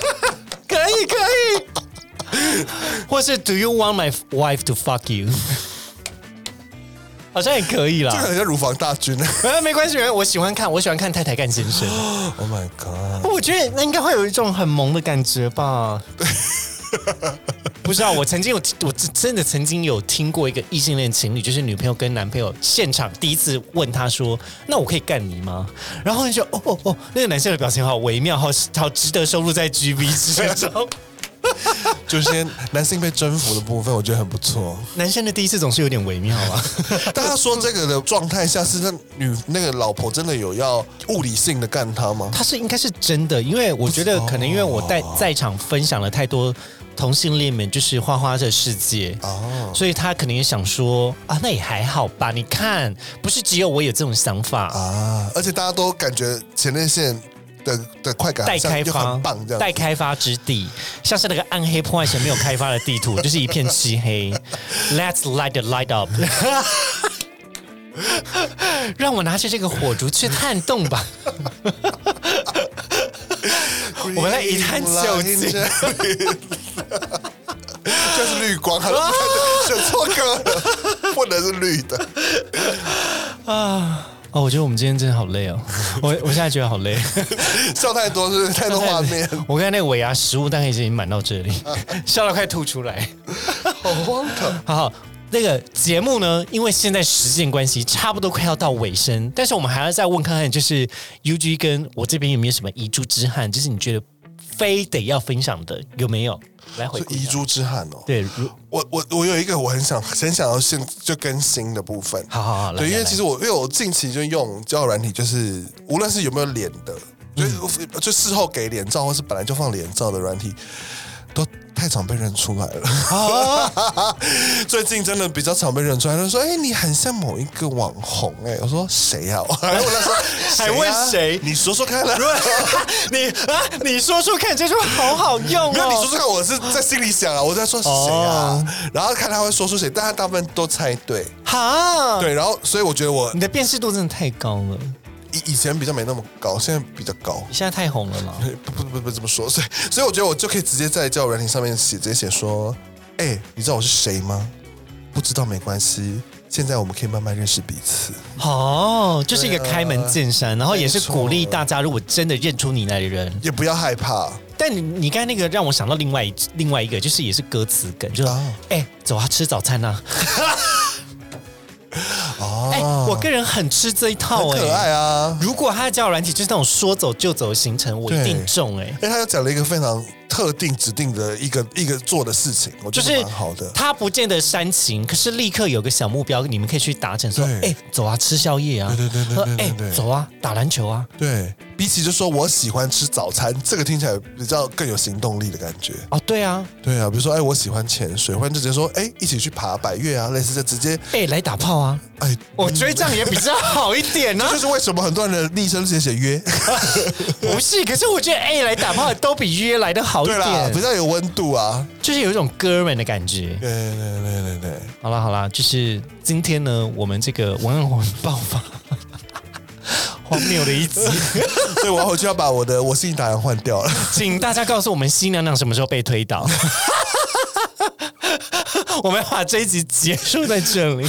Speaker 1: 可以可以，或是 Do you want my wife to fuck you？好像也可以
Speaker 2: 这个
Speaker 1: 啦。
Speaker 2: 很像乳房大军。
Speaker 1: 呃，没关系，我喜欢看，我喜欢看太太干先生。
Speaker 2: Oh my god！
Speaker 1: 我觉得那应该会有一种很萌的感觉吧。不知道，我曾经有，我真的曾经有听过一个异性恋情侣，就是女朋友跟男朋友现场第一次问他说：“那我可以干你吗？”然后你就哦哦哦，那个男生的表情好微妙，好好值得收录在 GB 之中。
Speaker 2: 就是些男性被征服的部分，我觉得很不错。
Speaker 1: 男生的第一次总是有点微妙啊。
Speaker 2: 但他说这个的状态下，是那女那个老婆真的有要物理性的干他吗？
Speaker 1: 他是应该是真的，因为我觉
Speaker 2: 哦
Speaker 1: 得可能因为我在在场分享了太多同性恋们就是花花的世界
Speaker 2: 哦
Speaker 1: 所以他可能也想说啊，那也还好吧。你看，不是只有我有这种想法，
Speaker 2: 啊！而且大家都感觉前列腺的的快感好
Speaker 1: 待
Speaker 2: 像
Speaker 1: 开
Speaker 2: 又
Speaker 1: 发
Speaker 2: 很棒，这样
Speaker 1: 待
Speaker 2: 子
Speaker 1: 开发之地，像是那个暗黑破坏神没有开发的地图，就是一片漆 黑。Let's light the light up，让我拿着这个火烛去探洞 吧。我们来一探究竟
Speaker 2: 就是绿光，他
Speaker 1: 啊
Speaker 2: 选错歌了，不能是绿的。
Speaker 1: 哦，我觉得我们今天真的好累哦，我我现在觉得好累。
Speaker 2: 笑太多是不是太多画面，
Speaker 1: 我刚才那个尾牙食物大概已经满到这里， 笑到快吐出来。
Speaker 2: 好荒唐。
Speaker 1: 好好，那个节目呢，因为现在时间关系，差不多快要到尾声，但是我们还要再问看看，就是 U G 跟我这边有没有什么遗珠之憾，就是你觉得非得要分享的，有没有？来回
Speaker 2: 就
Speaker 1: 顾一
Speaker 2: 遗
Speaker 1: 下
Speaker 2: 珠之憾哦。
Speaker 1: 对， 如
Speaker 2: 我我我有一个我很想很想要现就更新的部分。
Speaker 1: 好好好，来
Speaker 2: 对，因为
Speaker 1: 来
Speaker 2: 其实我因为我近期就用交友软体，就是无论是有没有脸的，就是
Speaker 1: 嗯
Speaker 2: 就事后给脸照，或是本来就放脸照的软体，都太常被认出来
Speaker 1: 啊
Speaker 2: 了。 最近真的比较常被认出来，就说：“哎、你很像某一个网红。”哎，我说谁呀、 我还问他说：“
Speaker 1: 还问谁
Speaker 2: 谁啊？你说说看啊。
Speaker 1: 你啊，你说说看，这句话好好用哦。
Speaker 2: 没有，你说说看，我是在心里想啊，我在说谁啊
Speaker 1: 哦
Speaker 2: 然后看他会说出谁，但他大部分都猜对。
Speaker 1: 哈，
Speaker 2: 对，然后所以我觉得我
Speaker 1: 你的辨识度真的太高了，
Speaker 2: 以以前比较没那么高，现在比较高。
Speaker 1: 你现在太红了嘛？
Speaker 2: 不不不不这么说，所以所以我觉得我就可以直接在交友软体上面写直接写说，哎、你知道我是谁吗？不知道没关系，现在我们可以慢慢认识彼此。
Speaker 1: 哦，就是一个开门见山，然后也是
Speaker 2: 没错
Speaker 1: 鼓励大家，如果真的认出你来的人，
Speaker 2: 也不要害怕，
Speaker 1: 但你你刚才那个让我想到另外一另外一个，就是也是歌词梗，就是
Speaker 2: 哦
Speaker 1: 哎、走啊，吃早餐啊，
Speaker 2: 哦，
Speaker 1: 哎、我个人很吃这一套
Speaker 2: 很
Speaker 1: 哎、
Speaker 2: 可爱啊。
Speaker 1: 如果他的交友软体就是那种说走就走的行程，我一
Speaker 2: 对
Speaker 1: 定中哎、
Speaker 2: 哎、他又讲了一个非常特定指定的一个一个做的事情，我
Speaker 1: 就
Speaker 2: 觉
Speaker 1: 是
Speaker 2: 得蛮好的。
Speaker 1: 他不见得煽情，可是立刻有个小目标，你们可以去达成。说，哎、
Speaker 2: 对
Speaker 1: 走啊，吃宵夜啊，
Speaker 2: 对对对对
Speaker 1: 说
Speaker 2: 对对
Speaker 1: 哎
Speaker 2: 对
Speaker 1: 走啊，打篮球啊。
Speaker 2: 对，比起就说我喜欢吃早餐，这个听起来比较更有行动力的感觉。
Speaker 1: 哦，对啊，
Speaker 2: 对啊，比如说，哎、我喜欢潜水，或者就直接说，哎、一起去爬百越啊，类似这直接，
Speaker 1: 哎、来打炮啊！
Speaker 2: 哎、
Speaker 1: 我觉得这样也比较好一点呢、
Speaker 2: 这
Speaker 1: 啊
Speaker 2: 就。是为什么很多人的昵称写写约，
Speaker 1: 不是，可是我觉得哎、来打炮都比约来的好一
Speaker 2: 对啦，比
Speaker 1: 点，
Speaker 2: 较有温度啊。
Speaker 1: 就是有一种哥们的感觉。
Speaker 2: 对对对对对，
Speaker 1: 好啦好啦，就是今天呢，我们这个文案文爆发， 荒谬的一 集，
Speaker 2: 所以我回去要把我的我是你答案换掉了。
Speaker 1: 请大家告诉我们新娘娘什么时候被推倒。 我们要把这一集结束在这里。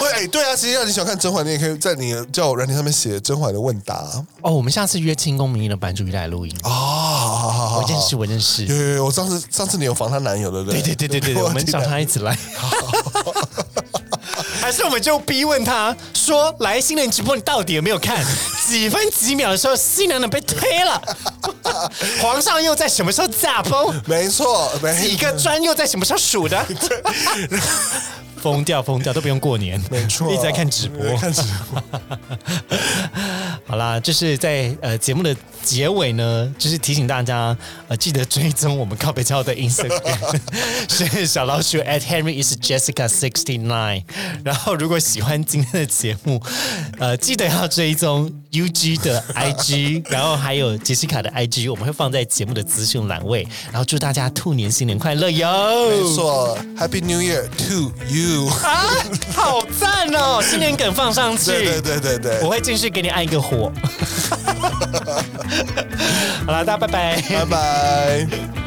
Speaker 2: 喂，哎、对啊，其实要你想看甄嬛，你也可以在你的叫我软体上面写甄嬛的问答啊。
Speaker 1: 哦，我们下次约清宫名义的版主一来录音。
Speaker 2: 好好好好
Speaker 1: 哦我认
Speaker 2: 好，
Speaker 1: 识，我认识
Speaker 2: 有。有有，我上次上次你有防她男友对不对？
Speaker 1: 对对对对 对，对我们找他一起来。 还是我们就逼问他说：“来新人直播，你到底有没有 看？几分几秒的时候，新娘娘被推 了，皇上又在什么时候驾崩？
Speaker 2: 没错，
Speaker 1: 几
Speaker 2: 没
Speaker 1: 个砖又在什么时候数的？ 疯掉疯掉，都不用过年，
Speaker 2: 没错，
Speaker 1: 一直在看直播。
Speaker 2: 看直播。
Speaker 1: 好啦，就是在呃节目的结尾呢，就是提醒大家呃记得追踪我们靠北教的 Instagram 是小老鼠 at Henry is Jessica sixty nine。然后如果喜欢今天的节目，呃记得要追踪 UG 的 IG，然 后还有杰西卡的 IG，我们会放在节目的资讯栏位。然后祝大家兔年新年快乐哟！
Speaker 2: 没错，Happy New Year to you。
Speaker 1: 啊，好赞哦！新年梗放上去，
Speaker 2: 对对对对对，
Speaker 1: 我会继续给你按一个 火。好了，大家拜拜。
Speaker 2: 拜拜。